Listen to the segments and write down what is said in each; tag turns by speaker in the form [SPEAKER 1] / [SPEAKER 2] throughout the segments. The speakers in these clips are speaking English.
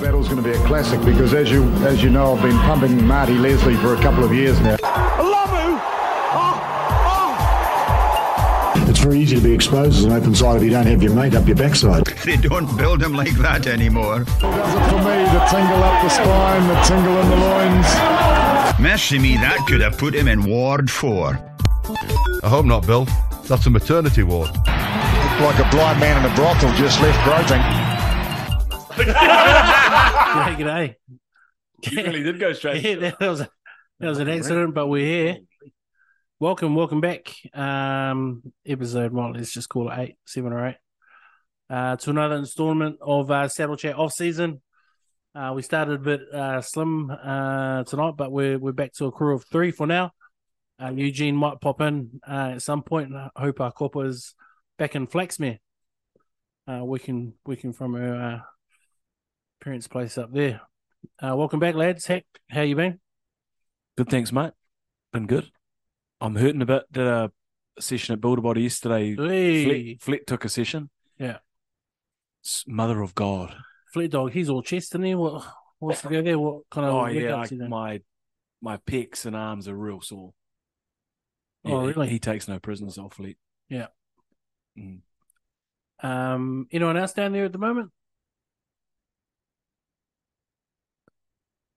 [SPEAKER 1] battle is going to be a classic because, as you as you know, I've been pumping Marty Leslie for a couple of years now.
[SPEAKER 2] Lamu! Oh,
[SPEAKER 1] oh. It's very easy to be exposed as an open side if you don't have your mate up your backside.
[SPEAKER 3] They don't build them like that anymore. It
[SPEAKER 4] does it for me, the tingle up the spine, the tingle in the loins.
[SPEAKER 3] Mercy me, that could have put him in Ward 4.
[SPEAKER 5] I hope not, Bill. That's a maternity ward. Looked
[SPEAKER 1] like a blind man in a brothel just left groping.
[SPEAKER 6] g'day, g'day.
[SPEAKER 7] You really did go straight.
[SPEAKER 6] yeah, that was, that was an accident, but we're here. Welcome, welcome back. Um, episode one, let's just call it eight, seven or eight. Uh, to another installment of uh, Saddle Chat off season. Uh, we started a bit uh, slim uh, tonight, but we're we're back to a crew of three for now. Uh, Eugene might pop in uh, at some point. I hope our copper is back in Flaxmere, uh, working working from her uh, parents' place up there. Uh, welcome back, lads. Heck, how you been?
[SPEAKER 7] Good, thanks, mate. Been good. I'm hurting a bit. Did a session at Builderbody yesterday.
[SPEAKER 6] Hey.
[SPEAKER 7] Flet, Flet took a session.
[SPEAKER 6] Yeah.
[SPEAKER 7] Mother of God.
[SPEAKER 6] Flet dog, he's all chest, isn't he? What, what's the go there? What kind of?
[SPEAKER 7] Oh yeah, I, my my pecs and arms are real sore.
[SPEAKER 6] Yeah, oh really?
[SPEAKER 7] He, he, takes no prisoners, off Flet.
[SPEAKER 6] Yeah. Mm. Um, anyone else down there at the moment?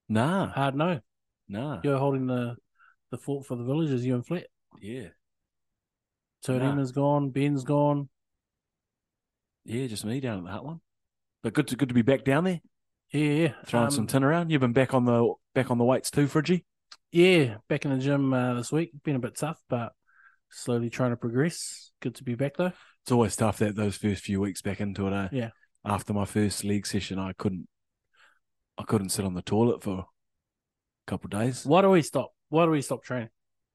[SPEAKER 7] Nah.
[SPEAKER 6] Hard no.
[SPEAKER 7] Nah.
[SPEAKER 6] You're holding the the fort for the villagers, you and Flit.
[SPEAKER 7] Yeah.
[SPEAKER 6] Turdina's nah. gone, Ben's gone.
[SPEAKER 7] Yeah, just me down at that one. But good to good to be back down there.
[SPEAKER 6] Yeah, yeah.
[SPEAKER 7] Throwing um, some tin around. You've been back on the back on the weights too, Friggy?
[SPEAKER 6] Yeah, back in the gym uh, this week. Been a bit tough, but slowly trying to progress. Good to be back though.
[SPEAKER 7] It's always tough that those first few weeks back into it, eh?
[SPEAKER 6] Yeah.
[SPEAKER 7] After my first league session, I couldn't I couldn't sit on the toilet for a couple days.
[SPEAKER 6] Why do we stop? Why do we stop training?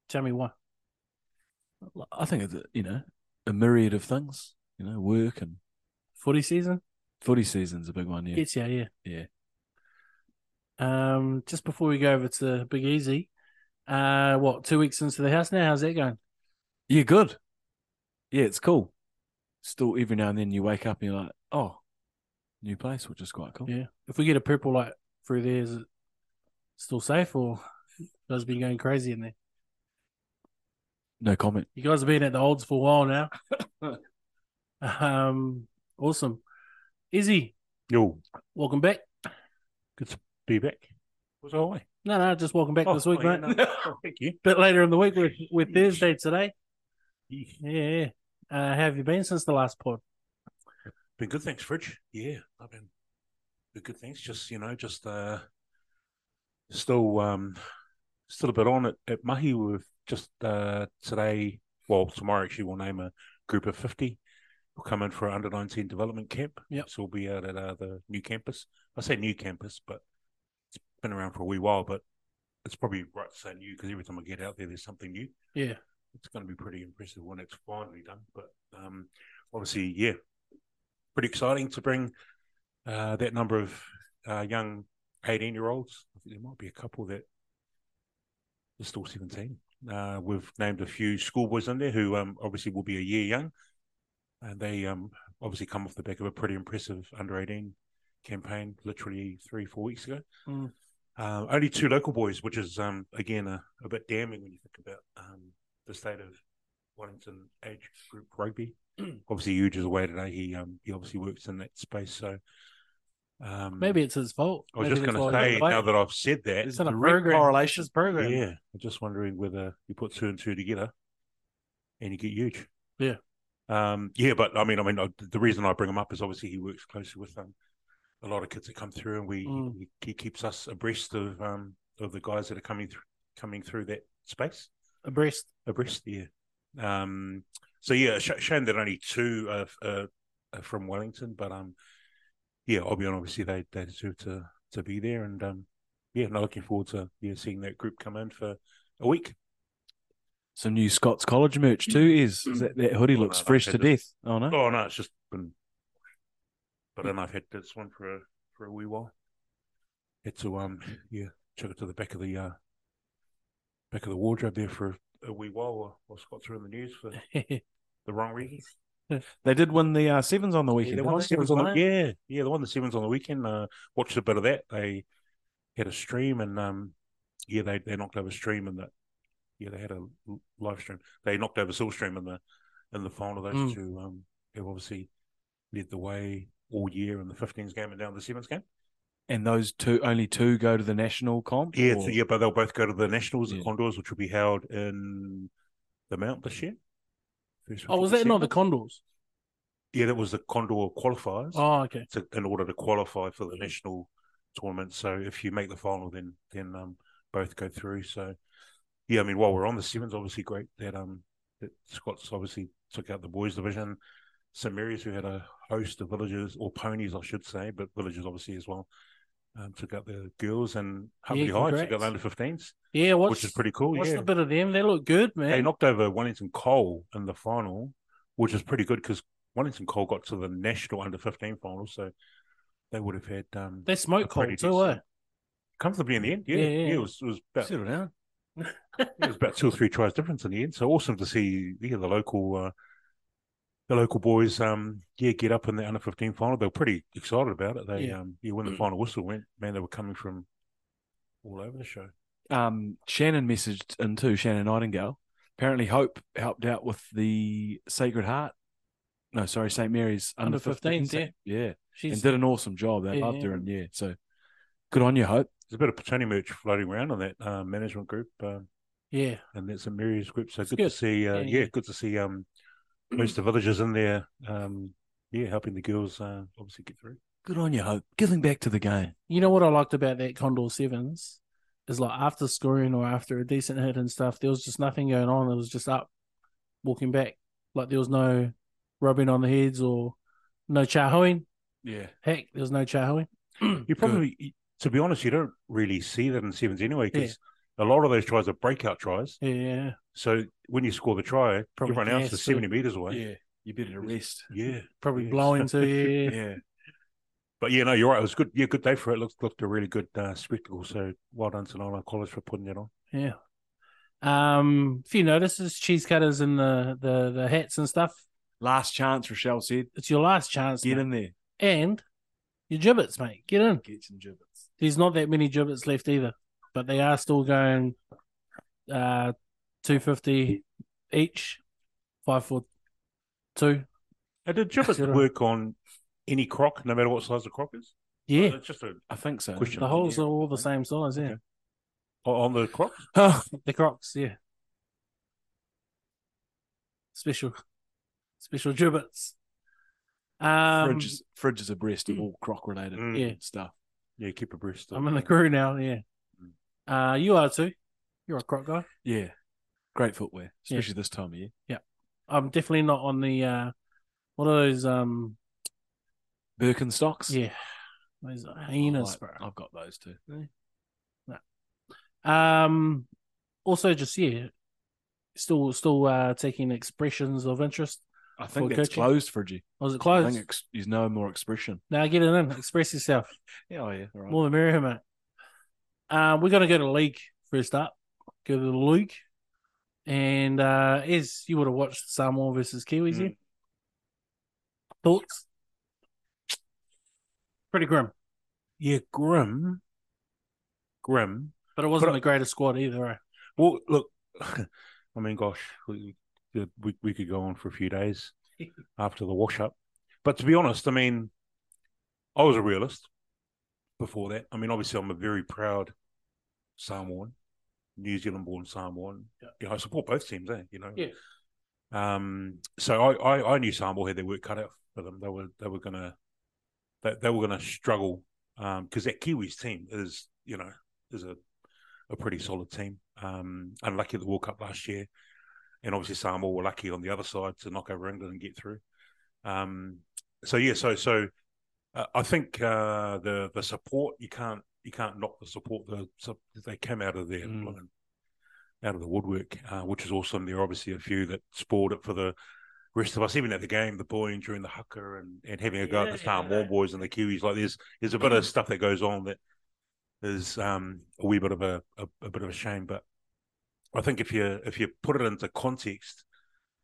[SPEAKER 6] Tell me why.
[SPEAKER 7] I think it's you know a myriad of things. You know, work and
[SPEAKER 6] footy season.
[SPEAKER 7] Footy season's a big one. Yeah,
[SPEAKER 6] it's yeah, yeah,
[SPEAKER 7] yeah.
[SPEAKER 6] Um, just before we go over to Big Easy, uh, what two weeks into the house now? How's that going?
[SPEAKER 7] Yeah, good. Yeah, it's cool. Still, every now and then you wake up and you're like, oh, new place, which is quite cool.
[SPEAKER 6] Yeah. If we get a purple light through there, is it still safe or has been going crazy in there?
[SPEAKER 7] No comment.
[SPEAKER 6] You guys have been at the olds for a while now. um, awesome. Izzy.
[SPEAKER 8] Yo.
[SPEAKER 6] Welcome back.
[SPEAKER 8] Good to be back. Was I away?
[SPEAKER 6] No, no, just welcome back
[SPEAKER 8] oh,
[SPEAKER 6] this week,
[SPEAKER 8] oh, yeah,
[SPEAKER 6] mate.
[SPEAKER 8] No. Oh, thank you.
[SPEAKER 6] Bit later in the week, we're, we're Thursday today. Yeah. Uh, how have you been since the last pod?
[SPEAKER 8] Been good, thanks, Fridge. Yeah, I've been been good, thanks. Just you know, just uh, still um, still a bit on it at, at Mahi. We've just uh, today, well, tomorrow actually, we'll name a group of fifty. We'll come in for an under nineteen development camp.
[SPEAKER 6] Yep.
[SPEAKER 8] So we'll be out at uh, the new campus. I say new campus, but it's been around for a wee while. But it's probably right to say new because every time I get out there, there's something new.
[SPEAKER 6] Yeah.
[SPEAKER 8] It's going to be pretty impressive when it's finally done. But um, obviously, yeah, pretty exciting to bring uh, that number of uh, young 18 year olds. There might be a couple that are still 17. Uh, we've named a few schoolboys in there who um, obviously will be a year young. And they um, obviously come off the back of a pretty impressive under 18 campaign literally three, four weeks ago. Uh,
[SPEAKER 6] Mm.
[SPEAKER 8] only two local boys, which is um, again a, a, bit damning when you think about um, the state of Wellington age group rugby obviously huge is away today. He um he obviously works in that space, so
[SPEAKER 6] um maybe it's his fault.
[SPEAKER 8] I was
[SPEAKER 6] maybe
[SPEAKER 8] just going to say now that I've said that,
[SPEAKER 6] it's not a program. correlation program.
[SPEAKER 8] Yeah, I'm just wondering whether you put two and two together and you get huge.
[SPEAKER 6] Yeah,
[SPEAKER 8] um, yeah, but I mean, I mean, I, the reason I bring him up is obviously he works closely with um a lot of kids that come through, and we mm. he, he, keeps us abreast of um of the guys that are coming through coming through that space.
[SPEAKER 6] Abreast,
[SPEAKER 8] abreast, yeah. Um, so yeah, sh- shame that only two are, uh, are, from Wellington, but um, yeah, Albion obviously they they deserve to to be there, and um, yeah, not looking forward to yeah seeing that group come in for a week.
[SPEAKER 7] Some new Scots College merch too is, is that, that, hoodie oh, looks no, fresh to death.
[SPEAKER 8] This.
[SPEAKER 7] Oh no,
[SPEAKER 8] oh no, it's just been, but then I've had this one for a for a wee while. Had to um yeah chuck it to the back of the uh back of the wardrobe there for a wee while while, while Scots are in the news for the wrong reasons.
[SPEAKER 7] They did win the uh, sevens on the
[SPEAKER 8] Yeah,
[SPEAKER 7] weekend.
[SPEAKER 8] they
[SPEAKER 7] didn't
[SPEAKER 8] won the
[SPEAKER 7] they?
[SPEAKER 8] sevens on the,
[SPEAKER 7] Didn't they?
[SPEAKER 8] yeah, yeah, they won the sevens on the weekend. Uh, watched a bit of that. They had a stream and um, yeah, they, they knocked over stream and that. Yeah, they had a l- live stream. They knocked over Silverstream in the in the final. Those
[SPEAKER 6] Mm.
[SPEAKER 8] two um, have obviously led the way all year in the 15s game and now the sevens game.
[SPEAKER 7] And those two, only two go to the national comp.
[SPEAKER 8] Yeah, it's-
[SPEAKER 7] or-
[SPEAKER 8] yeah, but they'll both go to the nationals,
[SPEAKER 7] Yeah.
[SPEAKER 8] the Condors, which will be held in the Mount this year. First
[SPEAKER 6] Oh,
[SPEAKER 8] week
[SPEAKER 6] was
[SPEAKER 8] of
[SPEAKER 6] that not the
[SPEAKER 8] December.
[SPEAKER 6] Condors?
[SPEAKER 8] Yeah, that was the Condor qualifiers.
[SPEAKER 6] Oh, okay.
[SPEAKER 8] to, in order to qualify for the
[SPEAKER 6] Mm.
[SPEAKER 8] national tournament. So if you make the final, then then um, both go through. So yeah, I mean, while we're on the sevens, obviously great that um that Scots obviously took out the boys division. St Mary's, who had a host of villagers or ponies, I should say, but villagers obviously as well, um, took out the girls and Huckley High took out
[SPEAKER 6] congrats.
[SPEAKER 8] the under 15s,
[SPEAKER 6] Yeah, what's
[SPEAKER 8] which is pretty cool.
[SPEAKER 6] what's
[SPEAKER 8] yeah,
[SPEAKER 6] the bit of them? They look good, man.
[SPEAKER 8] they knocked over Wellington Cole in the final, which is pretty good because Wellington Cole got to the national under 15 final. So they would have had um,
[SPEAKER 6] they
[SPEAKER 8] a
[SPEAKER 6] smoke cold
[SPEAKER 8] pretty
[SPEAKER 6] too, eh?
[SPEAKER 8] decent- comfortably in the end. Yeah,
[SPEAKER 6] Yeah,
[SPEAKER 8] yeah,
[SPEAKER 6] yeah.
[SPEAKER 8] it was, it was about
[SPEAKER 7] Settle down.
[SPEAKER 8] it was about two or three tries difference in the end. So awesome to see yeah, the local uh, the local boys um yeah get up in the under fifteen final. They were pretty excited about it. They
[SPEAKER 6] Yeah. Mm.
[SPEAKER 8] um yeah when the final whistle went, man, they were coming from all over the show.
[SPEAKER 7] um, Shannon messaged in too, Shannon Nightingale. Apparently, Hope helped out with the Sacred Heart. No, sorry, St. Mary's under,
[SPEAKER 6] Under
[SPEAKER 7] 15s.
[SPEAKER 6] 15s, yeah.
[SPEAKER 7] Yeah. And
[SPEAKER 6] She's
[SPEAKER 7] did an awesome job. They
[SPEAKER 6] Yeah,
[SPEAKER 7] loved her.
[SPEAKER 6] yeah.
[SPEAKER 7] And yeah, so good on you, Hope.
[SPEAKER 8] There's a bit of Petoni merch floating around on that uh, management group. Um,
[SPEAKER 6] yeah.
[SPEAKER 8] and that's a Mary's group. So good,
[SPEAKER 6] good.
[SPEAKER 8] to see. Uh,
[SPEAKER 6] Yeah,
[SPEAKER 8] yeah,
[SPEAKER 6] yeah.
[SPEAKER 8] good to see. Um, most of the villagers in there. Um, yeah, helping the girls uh, obviously get through.
[SPEAKER 7] Good on you, Hope. Giving back to the game.
[SPEAKER 6] You know what I liked about that Condor Sevens is like after scoring or after a decent hit and stuff, there was just nothing going on. It was just up, walking back. Like there was no rubbing on the heads or no chahooing.
[SPEAKER 7] Yeah.
[SPEAKER 6] Heck, there was no chahooing.
[SPEAKER 8] You probably, to be honest, you don't really see that in sevens anyway
[SPEAKER 6] Yeah.
[SPEAKER 8] because a lot of those tries are breakout tries.
[SPEAKER 6] Yeah.
[SPEAKER 8] So when you score the try,
[SPEAKER 6] Probably
[SPEAKER 8] everyone else
[SPEAKER 6] gas
[SPEAKER 8] is seventy
[SPEAKER 6] too.
[SPEAKER 8] meters away.
[SPEAKER 7] Yeah. You better to rest.
[SPEAKER 8] Yeah,
[SPEAKER 6] Probably
[SPEAKER 8] Yeah.
[SPEAKER 6] blowing too. Yeah.
[SPEAKER 7] Yeah.
[SPEAKER 8] but yeah, no, you're right. It was good. Yeah, good day for it. Looked looked a really good uh, spectacle. So well done to Nylon College for putting it on.
[SPEAKER 6] Yeah. Um, few notices, cheese cutters and the, the, the hats and stuff.
[SPEAKER 7] Last chance, Rochelle said.
[SPEAKER 6] It's your last chance.
[SPEAKER 7] Get
[SPEAKER 6] mate.
[SPEAKER 7] in there.
[SPEAKER 6] And your gibbets, mate. Get in.
[SPEAKER 7] Get some gibbets.
[SPEAKER 6] there's not that many gibbets left either, but they are still going uh 250 each, five for two.
[SPEAKER 8] And did Gibbet
[SPEAKER 6] Zero.
[SPEAKER 8] work on any croc, no matter what size the croc is?
[SPEAKER 6] Yeah,
[SPEAKER 8] It's just a
[SPEAKER 7] I think so.
[SPEAKER 8] Question.
[SPEAKER 6] the holes
[SPEAKER 7] Yeah.
[SPEAKER 6] are all the same size. Yeah,
[SPEAKER 8] on the croc.
[SPEAKER 6] the crocs. Yeah, special, special gibbets. Um,
[SPEAKER 7] fridge, is, fridge is abreast of all croc related
[SPEAKER 8] Mm.
[SPEAKER 6] Yeah.
[SPEAKER 7] stuff.
[SPEAKER 8] Yeah, keep abreast. of-
[SPEAKER 6] I'm in the crew now. Yeah, uh, you are too. You're a croc guy.
[SPEAKER 7] Yeah. Great footwear,
[SPEAKER 6] Yeah.
[SPEAKER 7] especially this time of year.
[SPEAKER 6] I'm definitely not on the uh, what are those? Um,
[SPEAKER 7] Birkenstocks.
[SPEAKER 6] yeah, those are
[SPEAKER 7] I
[SPEAKER 6] hyenas,
[SPEAKER 7] like-
[SPEAKER 6] bro.
[SPEAKER 7] I've got those too.
[SPEAKER 6] Um, also, just yeah, still still uh, taking expressions of interest.
[SPEAKER 7] I
[SPEAKER 6] For
[SPEAKER 7] think that's
[SPEAKER 6] coaching?
[SPEAKER 7] closed, Fridgie.
[SPEAKER 6] Was it
[SPEAKER 7] I
[SPEAKER 6] closed?
[SPEAKER 7] think ex- there's no more expression.
[SPEAKER 6] now get it in. Express yourself.
[SPEAKER 7] Yeah, oh yeah. All right.
[SPEAKER 6] More the merrier, mate. Uh, we're gonna go to league first up. Go to the league, and uh, is you would have watched Samoa versus Kiwis.
[SPEAKER 8] Mm.
[SPEAKER 6] Yeah? Thoughts? Pretty grim,
[SPEAKER 8] Yeah, grim. Grim.
[SPEAKER 6] but it wasn't
[SPEAKER 8] But-
[SPEAKER 6] the greatest squad either. eh?
[SPEAKER 8] Well, look, I mean, gosh, we, we, we could go on for a few days after the wash up. But to be honest, I mean, I was a realist before that. I mean, obviously, I'm a very proud Samoan, New Zealand born Samoan. You know, I support both teams, eh? You know?
[SPEAKER 6] Yeah.
[SPEAKER 8] Um, so I, I, I knew Samoa had their work cut out for them. They were they were gonna they, they were gonna struggle because that Kiwis team is you know is a a pretty solid team. Um, unlucky at the World Cup last year, and obviously Samoa were lucky on the other side to knock over England and get through. Um, so yeah, so so uh, I think uh, the the support you can't you can't knock the support. The sup- they came out of there.
[SPEAKER 7] Mm.
[SPEAKER 8] blooming- Out of the woodwork, uh, which is awesome. There are obviously a few that spoiled it for the rest of us, even at the game, the booing during the hooker and, and having a go at the Samoan boys and the Kiwis. Like there's there's a bit of stuff that goes on that is um, a wee bit of a, a, a bit of a shame. But I think if you if you put it into context,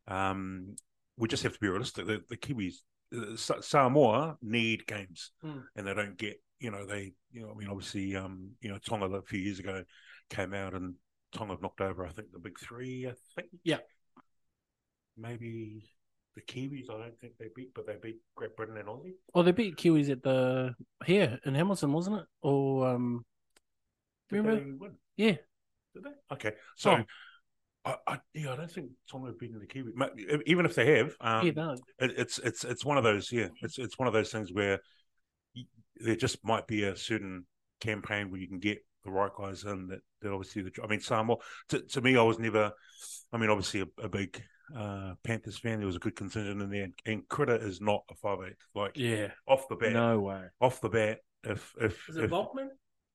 [SPEAKER 8] um, we just have to be realistic. The, the Kiwis, uh, Sa- Samoa need games,
[SPEAKER 6] Hmm.
[SPEAKER 8] and they don't get. You know, they. You know, I mean, obviously, um, you know, Tonga a few years ago came out and Tonga have knocked over. I think the big three. I think.
[SPEAKER 6] Yeah.
[SPEAKER 8] Maybe the Kiwis. I don't think they beat, but they beat Great Britain and Aussie.
[SPEAKER 6] Oh, they beat Kiwis at the here in Hamilton, wasn't it? Or um,
[SPEAKER 8] Did
[SPEAKER 6] Remember-
[SPEAKER 8] they win?
[SPEAKER 6] yeah.
[SPEAKER 8] Did they? Okay. So,
[SPEAKER 6] Oh.
[SPEAKER 8] I, I, yeah, I don't think Tonga have beaten the Kiwi. Ma- Even if they have, um,
[SPEAKER 6] yeah, no,
[SPEAKER 8] it, it's it's it's one of those yeah it's it's one of those things where y- there just might be a certain campaign where you can get the right guys in that, that obviously the I mean Samoa to, to me I was never I mean obviously a, a big uh Panthers fan there was a good contingent in there and Critter is not a five eight like
[SPEAKER 7] Yeah.
[SPEAKER 8] off the bat
[SPEAKER 7] No way.
[SPEAKER 8] off the bat if if,
[SPEAKER 6] is it
[SPEAKER 8] if-
[SPEAKER 6] Volkman?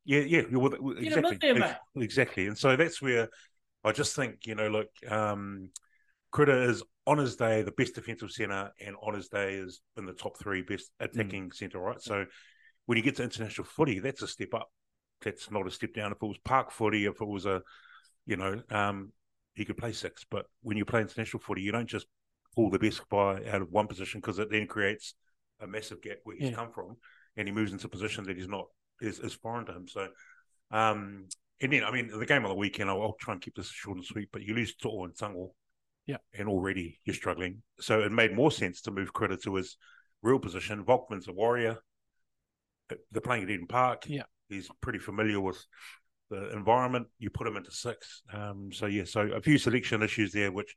[SPEAKER 8] yeah yeah well, that- well,
[SPEAKER 6] Get him up
[SPEAKER 8] exactly
[SPEAKER 6] there, mate.
[SPEAKER 8] Ex- exactly and so that's where I just think you know look um Critter is on his day the best defensive centre, and on his day is in the top three best
[SPEAKER 6] Mm.
[SPEAKER 8] attacking centre, right? So when you get to international footy, that's a step up. That's not a step down. If it was park footy, if it was a, you know, um, he could play six. But when you play international footy, you don't just pull the best guy out of one position because it then creates a massive gap where he's
[SPEAKER 6] Yeah.
[SPEAKER 8] come from, and he moves into a position that he's not is, is foreign to him. So, um, and then I mean the game on the weekend, I'll, I'll try and keep this short and sweet. But you lose To'o and Tangwa and already you're struggling. So it made more sense to move credit to his real position. Volkman's a warrior. They're playing at Eden Park.
[SPEAKER 6] Yeah.
[SPEAKER 8] He's pretty familiar with the environment. You put him into six. Um, so, yeah, so a few selection issues there, which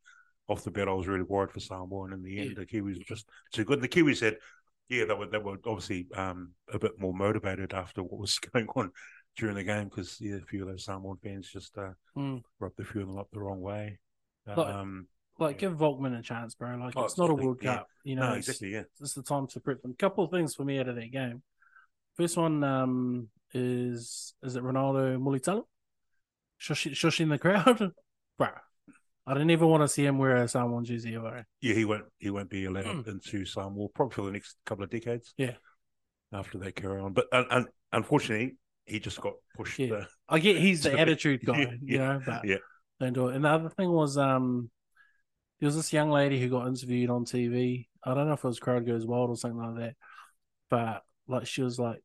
[SPEAKER 8] off the bat, I was really worried for Samoa. And in the end, the Kiwis were just too good. And the Kiwis said, yeah, they were, they were obviously um, a bit more motivated after what was going on during the game because yeah, a few of those Samoan fans just uh,
[SPEAKER 6] Mm.
[SPEAKER 8] rubbed a few of them up the wrong way.
[SPEAKER 6] Like-
[SPEAKER 8] Um,
[SPEAKER 6] Like, give Volkman a chance, bro. Like,
[SPEAKER 8] Oh,
[SPEAKER 6] it's not a
[SPEAKER 8] absolutely,
[SPEAKER 6] World
[SPEAKER 8] yeah.
[SPEAKER 6] Cup, you know.
[SPEAKER 8] no,
[SPEAKER 6] it's-
[SPEAKER 8] exactly. Yeah,
[SPEAKER 6] This is the time to prep them. Couple of things for me out of that game. First one um, is is it Ronaldo Mulitalo? Shushing, shushing the crowd, bro. I didn't even want to see him wear a Samoan jersey ever.
[SPEAKER 8] yeah. He won't. He won't be allowed into Samoa probably for the next couple of decades.
[SPEAKER 6] Hmm. Yeah.
[SPEAKER 8] After they carry on, but un- un- unfortunately, he just got pushed.
[SPEAKER 6] Yeah.
[SPEAKER 8] uh,
[SPEAKER 6] I get he's the
[SPEAKER 8] So-
[SPEAKER 6] attitude guy,
[SPEAKER 8] Yeah,
[SPEAKER 6] you know, but
[SPEAKER 8] yeah.
[SPEAKER 6] don't do it. And the other thing was um there was this young lady who got interviewed on TV. I don't know if it was Crowd Goes Wild or something like that. But like she was like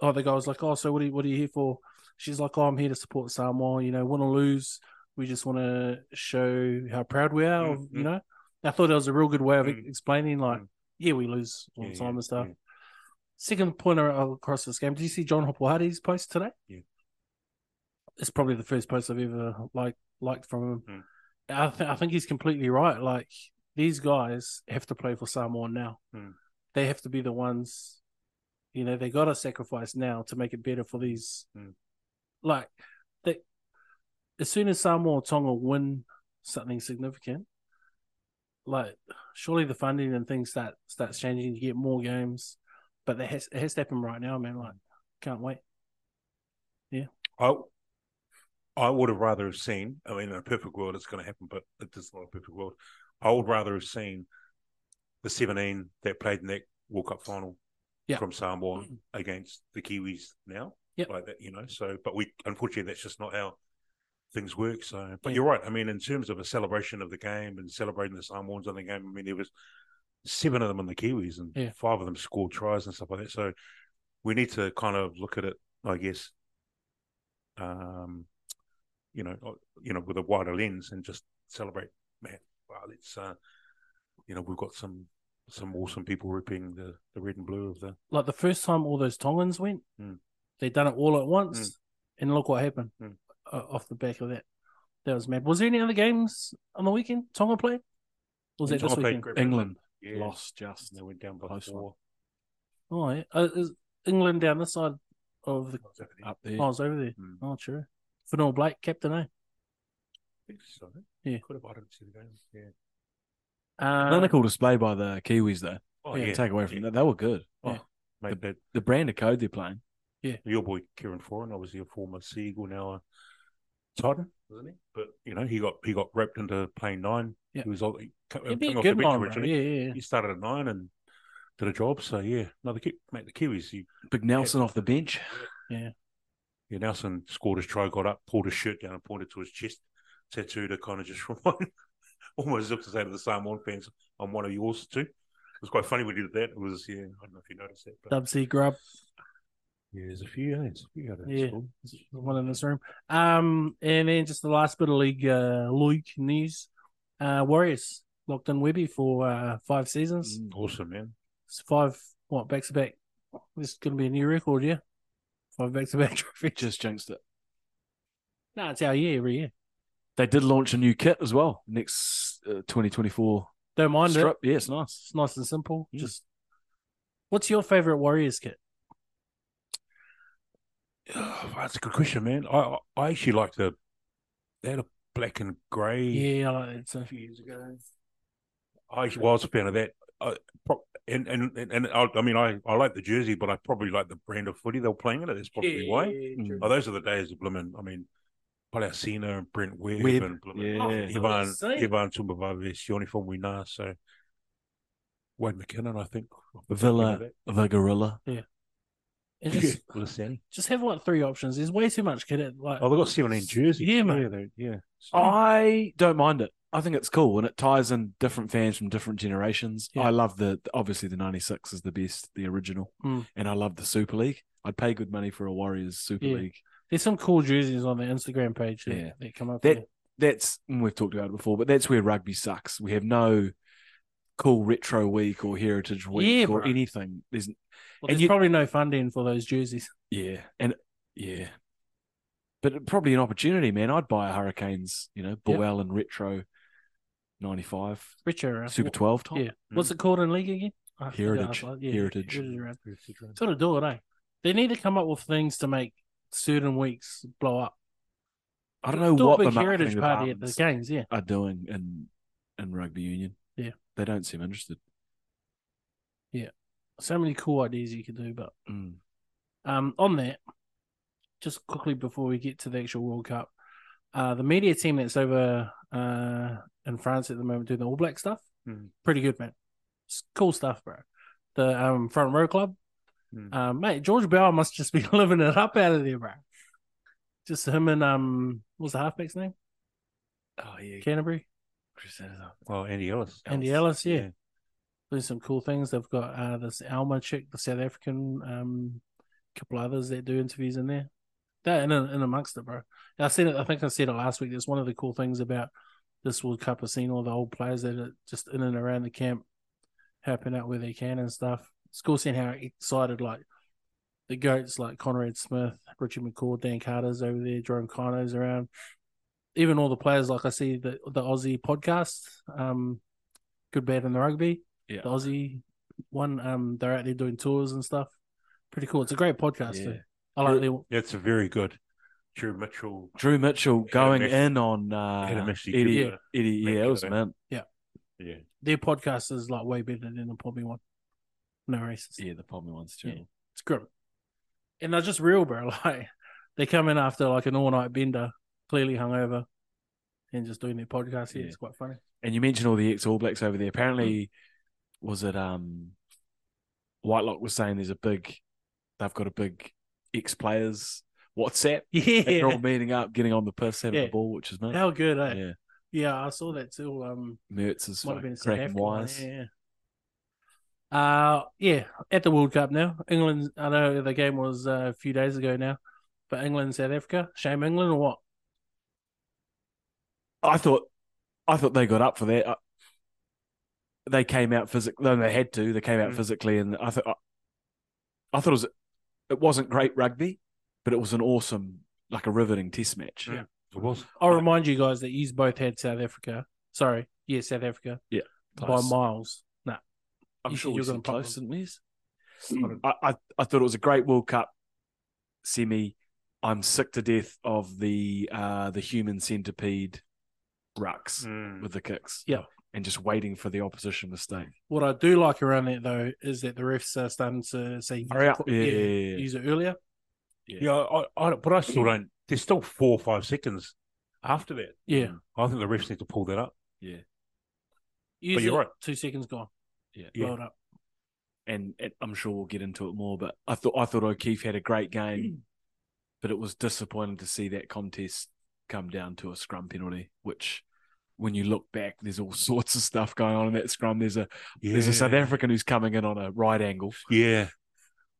[SPEAKER 6] Oh, the guy was like, Oh, so what are you what are you here for? She's like, Oh, I'm here to support Samoa, you know, win or lose. We just wanna show how proud we are of, you
[SPEAKER 8] Mhm.
[SPEAKER 6] know. I thought that was a real good way of
[SPEAKER 8] Mm.
[SPEAKER 6] explaining like,
[SPEAKER 8] Mm.
[SPEAKER 6] yeah, we lose all
[SPEAKER 8] yeah,
[SPEAKER 6] the time
[SPEAKER 8] yeah,
[SPEAKER 6] and stuff.
[SPEAKER 8] yeah.
[SPEAKER 6] Second point across this game. Did you see John Hopohari's post today?
[SPEAKER 8] Yeah.
[SPEAKER 6] It's probably the first post I've ever like liked from him.
[SPEAKER 8] Mm.
[SPEAKER 6] I, th- I think he's completely right. Like these guys have to play for Samoa now.
[SPEAKER 8] Mm.
[SPEAKER 6] They have to be the ones, you know, they got to sacrifice now to make it better for these.
[SPEAKER 8] Mm.
[SPEAKER 6] Like they, as soon as Samoa or Tonga win something significant, like surely the funding and things start starts changing. You get more games, but that has, it has to happen right now, man. Like can't wait.
[SPEAKER 8] I, I would have rather have seen. I mean, in a perfect world, it's going to happen, but it's not a perfect world. I would rather have seen the 17 that played in that World Cup final
[SPEAKER 6] Yeah. Mm-hmm.
[SPEAKER 8] from Samoa against the Kiwis now.
[SPEAKER 6] Yep.
[SPEAKER 8] Like that, you know. So, but we unfortunately that's just not how things work. So, but
[SPEAKER 6] Yeah.
[SPEAKER 8] you're right. I mean, in terms of a celebration of the game and celebrating the Samoans on the game, I mean, there was seven of them on the Kiwis and
[SPEAKER 6] Yeah.
[SPEAKER 8] five of them scored tries and stuff like that. So, we need to kind of look at it, I guess, um, you know, uh, you know, with a wider lens and just celebrate. Man, wow, let's, uh, you know, we've got some some awesome people ripping the the red and blue of the
[SPEAKER 6] Like the first time all those Tongans went,
[SPEAKER 8] Mm.
[SPEAKER 6] they done it all at once, and look what happened
[SPEAKER 8] Mm.
[SPEAKER 6] o- off the back of that. That was mad. Was there any other games on the weekend Tonga played? Or was that this
[SPEAKER 8] Tonga played
[SPEAKER 6] weekend?
[SPEAKER 8] Great Britain.
[SPEAKER 7] England
[SPEAKER 8] Yeah,
[SPEAKER 7] lost just.
[SPEAKER 8] They went down by
[SPEAKER 7] Close one.
[SPEAKER 8] four.
[SPEAKER 6] Oh, yeah. Uh, is England down this side of the.
[SPEAKER 8] Was that the-
[SPEAKER 7] up there.
[SPEAKER 6] Oh, it's over there.
[SPEAKER 8] Mm.
[SPEAKER 6] Oh, true. Fennel Blake, captain, eh?
[SPEAKER 8] I think so.
[SPEAKER 6] Yeah.
[SPEAKER 8] Could have. I didn't see the game. Yeah.
[SPEAKER 6] Um,
[SPEAKER 7] Clinical display by the Kiwis though.
[SPEAKER 8] Oh
[SPEAKER 7] yeah, take away from that. They were good.
[SPEAKER 8] Yeah.
[SPEAKER 7] Oh,
[SPEAKER 8] Mate, that-
[SPEAKER 7] the brand of code they're playing.
[SPEAKER 8] your boy Kieran Foran, obviously a former Seagull, now a Titan, wasn't he? But you know, he got he got wrapped into playing nine.
[SPEAKER 6] Yeah.
[SPEAKER 8] He was all, he cut-
[SPEAKER 6] It'd be
[SPEAKER 8] came
[SPEAKER 6] a
[SPEAKER 8] off the
[SPEAKER 6] good
[SPEAKER 8] bench
[SPEAKER 6] one, bro.
[SPEAKER 8] originally.
[SPEAKER 6] Yeah, yeah, yeah.
[SPEAKER 8] He started at nine and did a job. So yeah, another Ki- mate. The Kiwis, you,
[SPEAKER 7] Big Nelson off the bench.
[SPEAKER 8] you Nelson scored his try, got up, pulled his shirt down, and pointed to his chest tattoo to kind of just remind almost as if to say to the Samoan fans, I'm one of yours too. It was quite funny we did that. It was, yeah, I don't know if you noticed that. But,
[SPEAKER 6] Dub C Grub.
[SPEAKER 8] yeah, there's a few, eh? there's a few out of
[SPEAKER 6] Yeah.
[SPEAKER 8] that school.
[SPEAKER 6] There's one in this room. Um, and then just the last bit of league uh, league news. Uh, Warriors locked in Webby for uh, five seasons.
[SPEAKER 8] Mm, Awesome, man.
[SPEAKER 6] It's five what back to back. This is going to be a new record, yeah. Five back to back trophies.
[SPEAKER 7] Just jinxed it.
[SPEAKER 6] No, it's our year every year.
[SPEAKER 7] They did launch a new kit as well. Next uh, 2024
[SPEAKER 6] Don't mind
[SPEAKER 7] strip. Yeah, it's
[SPEAKER 6] it.
[SPEAKER 7] nice.
[SPEAKER 6] It's nice and simple. Just what's your favorite Warriors kit?
[SPEAKER 8] Oh, that's a good question, man. I I- I actually like the they had a black and grey.
[SPEAKER 6] Yeah, I like it's a few years ago.
[SPEAKER 8] I actually was a fan of that. I, pro- and and and, and I, I mean, I, I like the jersey, but I probably like the brand of footy they were playing in it. That's probably why.
[SPEAKER 7] true.
[SPEAKER 8] Oh, those are the days of Blumen. I mean, Palacina and Brent Webb,
[SPEAKER 7] Webb,
[SPEAKER 8] and Blumen.
[SPEAKER 7] yeah.
[SPEAKER 6] Oh,
[SPEAKER 8] Ivan
[SPEAKER 6] Palacina.
[SPEAKER 8] Ivan Tumbavave, Sione from Wina, so Wade McKinnon, I think.
[SPEAKER 7] Villa, the Gorilla.
[SPEAKER 6] And
[SPEAKER 8] Yeah,
[SPEAKER 6] just,
[SPEAKER 8] Lasani.
[SPEAKER 6] just have like three options. There's way too much kit. at, Like
[SPEAKER 8] Oh, they got seventeen jerseys.
[SPEAKER 6] Yeah, mate. Oh.
[SPEAKER 8] they- yeah.
[SPEAKER 7] I don't mind it. I think it's cool, and it ties in different fans from different generations.
[SPEAKER 6] Yeah.
[SPEAKER 7] I love the obviously the '96 is the best, the original,
[SPEAKER 6] Mm.
[SPEAKER 7] and I love the Super League. I'd pay good money for a Warriors Super
[SPEAKER 6] Yeah.
[SPEAKER 7] League.
[SPEAKER 6] There's some cool jerseys on the Instagram page. Yeah,
[SPEAKER 7] Yeah.
[SPEAKER 6] they come up.
[SPEAKER 7] That
[SPEAKER 6] there.
[SPEAKER 7] that's and we've talked about it before, but that's where rugby sucks. We have no cool retro week or heritage week
[SPEAKER 6] Yeah,
[SPEAKER 7] or
[SPEAKER 6] bro.
[SPEAKER 7] anything. There's
[SPEAKER 6] Well,
[SPEAKER 7] and
[SPEAKER 6] there's
[SPEAKER 7] you-
[SPEAKER 6] probably no funding for those jerseys.
[SPEAKER 7] yeah, and yeah, but probably an opportunity, man. I'd buy a Hurricanes, you know,
[SPEAKER 6] Yeah.
[SPEAKER 7] Boel and retro '95
[SPEAKER 6] Richer, uh,
[SPEAKER 7] Super
[SPEAKER 6] what-
[SPEAKER 7] 12 top.
[SPEAKER 6] Yeah. What's it called in league again? I forgot.
[SPEAKER 7] Heritage.
[SPEAKER 6] I was like, yeah,
[SPEAKER 7] Heritage.
[SPEAKER 6] around. Sort of do it, eh? They need to come up with things to make certain weeks blow up.
[SPEAKER 7] I don't know
[SPEAKER 6] do
[SPEAKER 7] what
[SPEAKER 6] a
[SPEAKER 7] the
[SPEAKER 6] big heritage
[SPEAKER 7] marketing
[SPEAKER 6] party at the
[SPEAKER 7] departments
[SPEAKER 6] games. Yeah,
[SPEAKER 7] are doing in in rugby union.
[SPEAKER 6] Yeah.
[SPEAKER 7] they don't seem interested.
[SPEAKER 6] so many cool ideas you could do. But um, on that, just quickly before we get to the actual World Cup, uh, the media team that's over uh, in France at the moment doing the All Black stuff,
[SPEAKER 7] Hmm.
[SPEAKER 8] Mhm.
[SPEAKER 6] pretty good, man. It's cool stuff, bro. The um, front row club,
[SPEAKER 7] Hmm.
[SPEAKER 8] Mhm.
[SPEAKER 6] uh, mate. George Bell must just be living it up out of there, bro. Just him and um, what's the halfback's name?
[SPEAKER 7] Oh yeah,
[SPEAKER 6] Canterbury,
[SPEAKER 8] Oh, Andy Ellis.
[SPEAKER 6] Andy Ellis. Yeah,
[SPEAKER 8] yeah.
[SPEAKER 6] doing some cool things. They've got uh, this Alma chick, the South African, um, couple others that do interviews in there. That in, in amongst it, bro. And I said it. I think I said it last week. That's one of the cool things about this World Cup. I've seen all the old players that are just in and around the camp, helping out where they can and stuff. It's cool seeing how excited like the goats like Conrad Smith, Richie McCaw, Dan Carter's over there, Jerome Kino's around. Even all the players, like I see the the Aussie podcast, um, good bad and the rugby
[SPEAKER 7] yeah.
[SPEAKER 6] the Aussie one. Um, they're out there doing tours and stuff. Pretty cool. It's a great podcast.
[SPEAKER 7] Yeah.
[SPEAKER 6] Too. I like their
[SPEAKER 8] It's a very good. Drew Mitchell.
[SPEAKER 7] Drew Mitchell
[SPEAKER 8] Had a
[SPEAKER 7] going
[SPEAKER 8] mess-
[SPEAKER 7] in on uh,
[SPEAKER 8] a messy
[SPEAKER 7] Eddie,
[SPEAKER 8] year.
[SPEAKER 7] Eddie, yeah,
[SPEAKER 8] Messy
[SPEAKER 7] it was
[SPEAKER 8] year.
[SPEAKER 7] man.
[SPEAKER 8] Yeah.
[SPEAKER 6] their podcast is like way better than the Poppy one. No racist.
[SPEAKER 7] Yeah, the Pommy one's too.
[SPEAKER 6] Yeah. It's grim. And they're just real, bro. Like they come in after like an all night bender, clearly hungover, and just doing their podcast. Yeah,
[SPEAKER 7] Yeah.
[SPEAKER 6] it's quite funny.
[SPEAKER 7] And you mentioned all the ex All Blacks over there.
[SPEAKER 6] Mm.
[SPEAKER 7] Apparently, was it um, Whitelock was saying there's a big, they've got a big ex players WhatsApp. And They're all
[SPEAKER 6] Yeah.
[SPEAKER 7] meeting up, getting on the piss, having
[SPEAKER 6] Yeah.
[SPEAKER 7] the ball, which is nice.
[SPEAKER 6] How good, eh? Yeah.
[SPEAKER 7] Yeah,
[SPEAKER 6] I saw that too. Um,
[SPEAKER 7] Mertz is
[SPEAKER 6] might have been a
[SPEAKER 7] like
[SPEAKER 6] South
[SPEAKER 7] cracking
[SPEAKER 6] African one,
[SPEAKER 7] wise.
[SPEAKER 6] Yeah. yeah. Uh yeah, at the World Cup now. England, I know the game was uh, a few days ago now, but England, South Africa, shame England or what?
[SPEAKER 7] I thought, I thought they got up for that. I, they came out physically. No, they had to. They came out
[SPEAKER 8] Mm.
[SPEAKER 7] physically, and I thought, I, I thought it was, it wasn't great rugby, but it was an awesome, like a riveting test match.
[SPEAKER 8] Mm. It was.
[SPEAKER 6] I'll remind you guys that you both had South Africa. Sorry, yeah, South Africa
[SPEAKER 7] Close.
[SPEAKER 6] by miles. Nah,
[SPEAKER 7] I'm
[SPEAKER 6] you
[SPEAKER 7] sure
[SPEAKER 6] said
[SPEAKER 7] we
[SPEAKER 6] you're gonna
[SPEAKER 7] said
[SPEAKER 6] pop
[SPEAKER 7] close, didn't we?
[SPEAKER 8] Mm.
[SPEAKER 7] I, I, I thought it was a great World Cup semi. I'm sick to death of the uh, the human centipede rucks
[SPEAKER 8] Mm.
[SPEAKER 7] with the kicks.
[SPEAKER 6] Yeah.
[SPEAKER 7] And just waiting for the opposition mistake.
[SPEAKER 6] what I do like around that though is that the refs are starting to say
[SPEAKER 7] Hurry up. Yeah, yeah, yeah.
[SPEAKER 6] use it earlier.
[SPEAKER 8] Yeah, I, I, but I still don't. There's still four or five seconds after that.
[SPEAKER 6] Yeah,
[SPEAKER 7] Mm.
[SPEAKER 8] I think the refs need to pull that up.
[SPEAKER 6] use
[SPEAKER 8] you're
[SPEAKER 6] it,
[SPEAKER 8] right.
[SPEAKER 6] Two seconds gone.
[SPEAKER 7] Yeah.
[SPEAKER 8] Yeah.
[SPEAKER 6] Blow it up.
[SPEAKER 7] And, and I'm sure we'll get into it more, but I thought I thought O'Keefe had a great game, but it was disappointing to see that contest come down to a scrum penalty, which when you look back, there's all sorts of stuff going on in that scrum. There's a there's
[SPEAKER 8] Yeah.
[SPEAKER 7] a South African who's coming in on a right angle.
[SPEAKER 8] Yeah,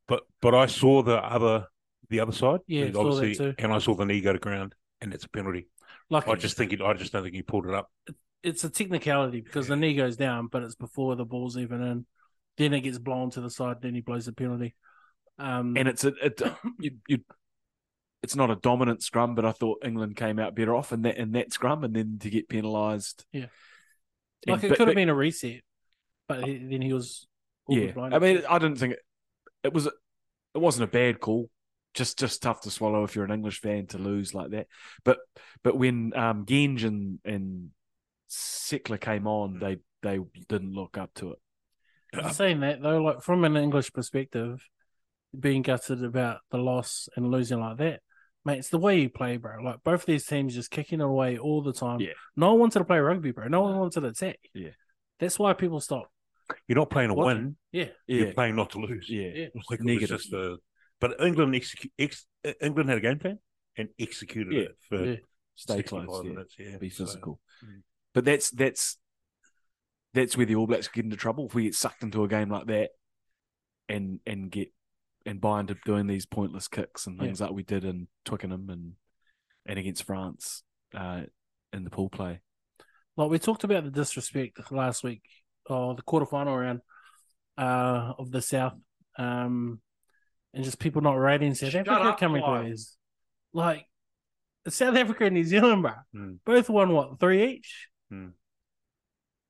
[SPEAKER 8] but but I saw the other the other side.
[SPEAKER 6] Yeah,
[SPEAKER 8] and
[SPEAKER 6] saw that
[SPEAKER 8] obviously,
[SPEAKER 6] too.
[SPEAKER 8] and I saw the knee go to ground, and it's a penalty.
[SPEAKER 6] Like
[SPEAKER 8] I just think it, I just don't think he pulled it up.
[SPEAKER 6] it's a technicality because the knee goes down, but it's before the ball's even in. Then it gets blown to the side. Then he blows the penalty. Um,
[SPEAKER 7] And it's a it, you, you it's not a dominant scrum, but I thought England came out better off in that in that scrum, and then to get penalised.
[SPEAKER 6] Yeah.
[SPEAKER 7] And
[SPEAKER 6] like it
[SPEAKER 7] but-
[SPEAKER 6] could have
[SPEAKER 7] but-
[SPEAKER 6] been a reset, but he, then he was
[SPEAKER 7] Yeah, I mean, I didn't think it, it was. It wasn't a bad call. Just, just tough to swallow if you're an English fan to lose like that. But, but when um, Genge and and Sekler came on, they they didn't look up to it.
[SPEAKER 6] In saying that though, like from an English perspective, being gutted about the loss and losing like that, mate, it's the way you play, bro. Like both these teams just kicking away all the time.
[SPEAKER 7] Yeah.
[SPEAKER 6] No one wanted to play rugby, bro. No one wanted to attack.
[SPEAKER 7] Yeah.
[SPEAKER 6] That's why people stop.
[SPEAKER 8] You're not playing to
[SPEAKER 7] What?
[SPEAKER 8] win.
[SPEAKER 6] Yeah.
[SPEAKER 7] Yeah,
[SPEAKER 8] You're playing not to lose.
[SPEAKER 7] yeah,
[SPEAKER 6] Yeah.
[SPEAKER 8] Like it was
[SPEAKER 7] Negative.
[SPEAKER 8] just a, but England execu- ex, England had a game plan and executed
[SPEAKER 7] Yeah.
[SPEAKER 8] it for
[SPEAKER 6] Yeah.
[SPEAKER 7] Stay
[SPEAKER 8] 65
[SPEAKER 7] close. Yeah.
[SPEAKER 8] minutes. Yeah,
[SPEAKER 7] Be
[SPEAKER 8] so-
[SPEAKER 7] physical.
[SPEAKER 8] Mm.
[SPEAKER 7] But that's that's that's where the All Blacks get into trouble if we get sucked into a game like that, and and get and buy into doing these pointless kicks and
[SPEAKER 6] Yeah.
[SPEAKER 7] things like we did in Twickenham and and against France uh, in the pool play.
[SPEAKER 6] Like we talked about the disrespect last week or the quarterfinal round uh, of the South, um, and just people not rating South
[SPEAKER 2] Shut
[SPEAKER 6] Africa
[SPEAKER 2] up,
[SPEAKER 6] coming
[SPEAKER 2] Clive.
[SPEAKER 6] to us. Like South Africa and New Zealand, bro,
[SPEAKER 2] Hmm.
[SPEAKER 8] Mm.
[SPEAKER 6] both won what three each.
[SPEAKER 8] Mm.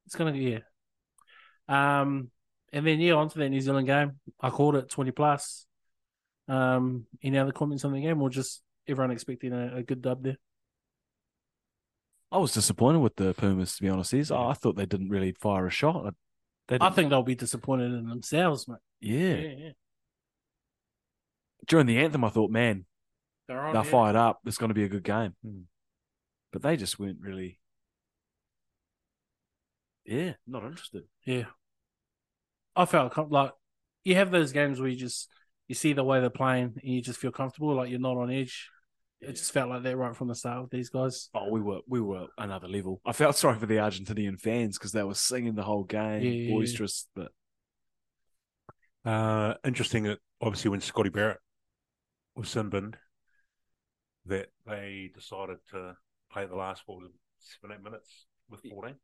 [SPEAKER 6] It's gonna be yeah. Um, and then yeah, onto that New Zealand game. I called it twenty plus. Um, any other comments on the game, or just everyone expecting a, a good dub there?
[SPEAKER 7] I was disappointed with the Pumas to be honest. Is I thought they didn't really fire a shot. I, they
[SPEAKER 6] I
[SPEAKER 7] didn't-
[SPEAKER 6] think they'll be disappointed in themselves, mate.
[SPEAKER 7] yeah.
[SPEAKER 6] yeah. yeah.
[SPEAKER 7] During the anthem, I thought, man,
[SPEAKER 6] They're
[SPEAKER 7] they're fired up. It's going to be a good game.
[SPEAKER 6] Hmm.
[SPEAKER 7] But they just weren't really. Yeah, not interested.
[SPEAKER 6] Yeah. I felt com- like you have those games where you just you see the way they're playing and you just feel comfortable, like you're not on edge. It just felt like that right from the start with these guys.
[SPEAKER 7] Oh, we were we were another level. I felt sorry for the Argentinian fans because they were singing the whole game,
[SPEAKER 6] Yeah, yeah, yeah.
[SPEAKER 7] boisterous. But
[SPEAKER 8] Uh, interesting that obviously when Scotty Barrett was sinbinned, that they decided to play the last what was it, seven eight minutes with fourteen.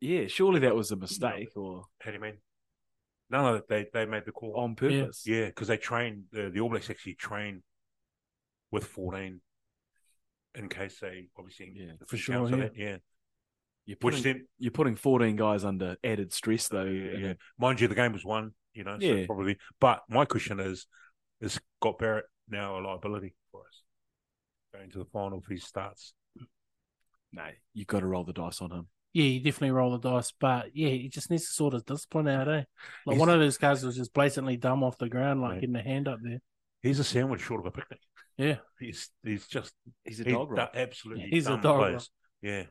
[SPEAKER 7] yeah, surely that was a mistake or
[SPEAKER 8] How do you mean? No, no, they they made the call.
[SPEAKER 7] on purpose.
[SPEAKER 8] Yeah, because they train the, the All Blacks actually train with fourteen in case they obviously
[SPEAKER 7] Yeah,
[SPEAKER 8] for
[SPEAKER 6] sure, yeah.
[SPEAKER 8] yeah.
[SPEAKER 7] You're
[SPEAKER 8] Which
[SPEAKER 7] putting,
[SPEAKER 8] then,
[SPEAKER 7] you're putting 14 guys under added stress though.
[SPEAKER 8] yeah,
[SPEAKER 7] and
[SPEAKER 8] yeah.
[SPEAKER 7] it-
[SPEAKER 8] mind you, the game was won. You know, so
[SPEAKER 7] Yeah.
[SPEAKER 8] probably. But my question is, is Scott Barrett now a liability for us going to the final if he starts?
[SPEAKER 7] No, you've got to roll the dice on him.
[SPEAKER 6] Yeah, you definitely roll the dice, but yeah, he just needs to sort of discipline out, eh? Like
[SPEAKER 8] He's-
[SPEAKER 6] one of those guys was just blatantly dumb off the ground, like
[SPEAKER 8] Right.
[SPEAKER 6] getting a hand up there.
[SPEAKER 8] He's a sandwich short of a picnic.
[SPEAKER 6] Yeah.
[SPEAKER 8] he's he's just
[SPEAKER 7] He's a
[SPEAKER 8] he's
[SPEAKER 7] dog, right?
[SPEAKER 8] du- absolutely
[SPEAKER 6] He's a
[SPEAKER 8] dumb
[SPEAKER 6] dog,
[SPEAKER 8] players. Yeah,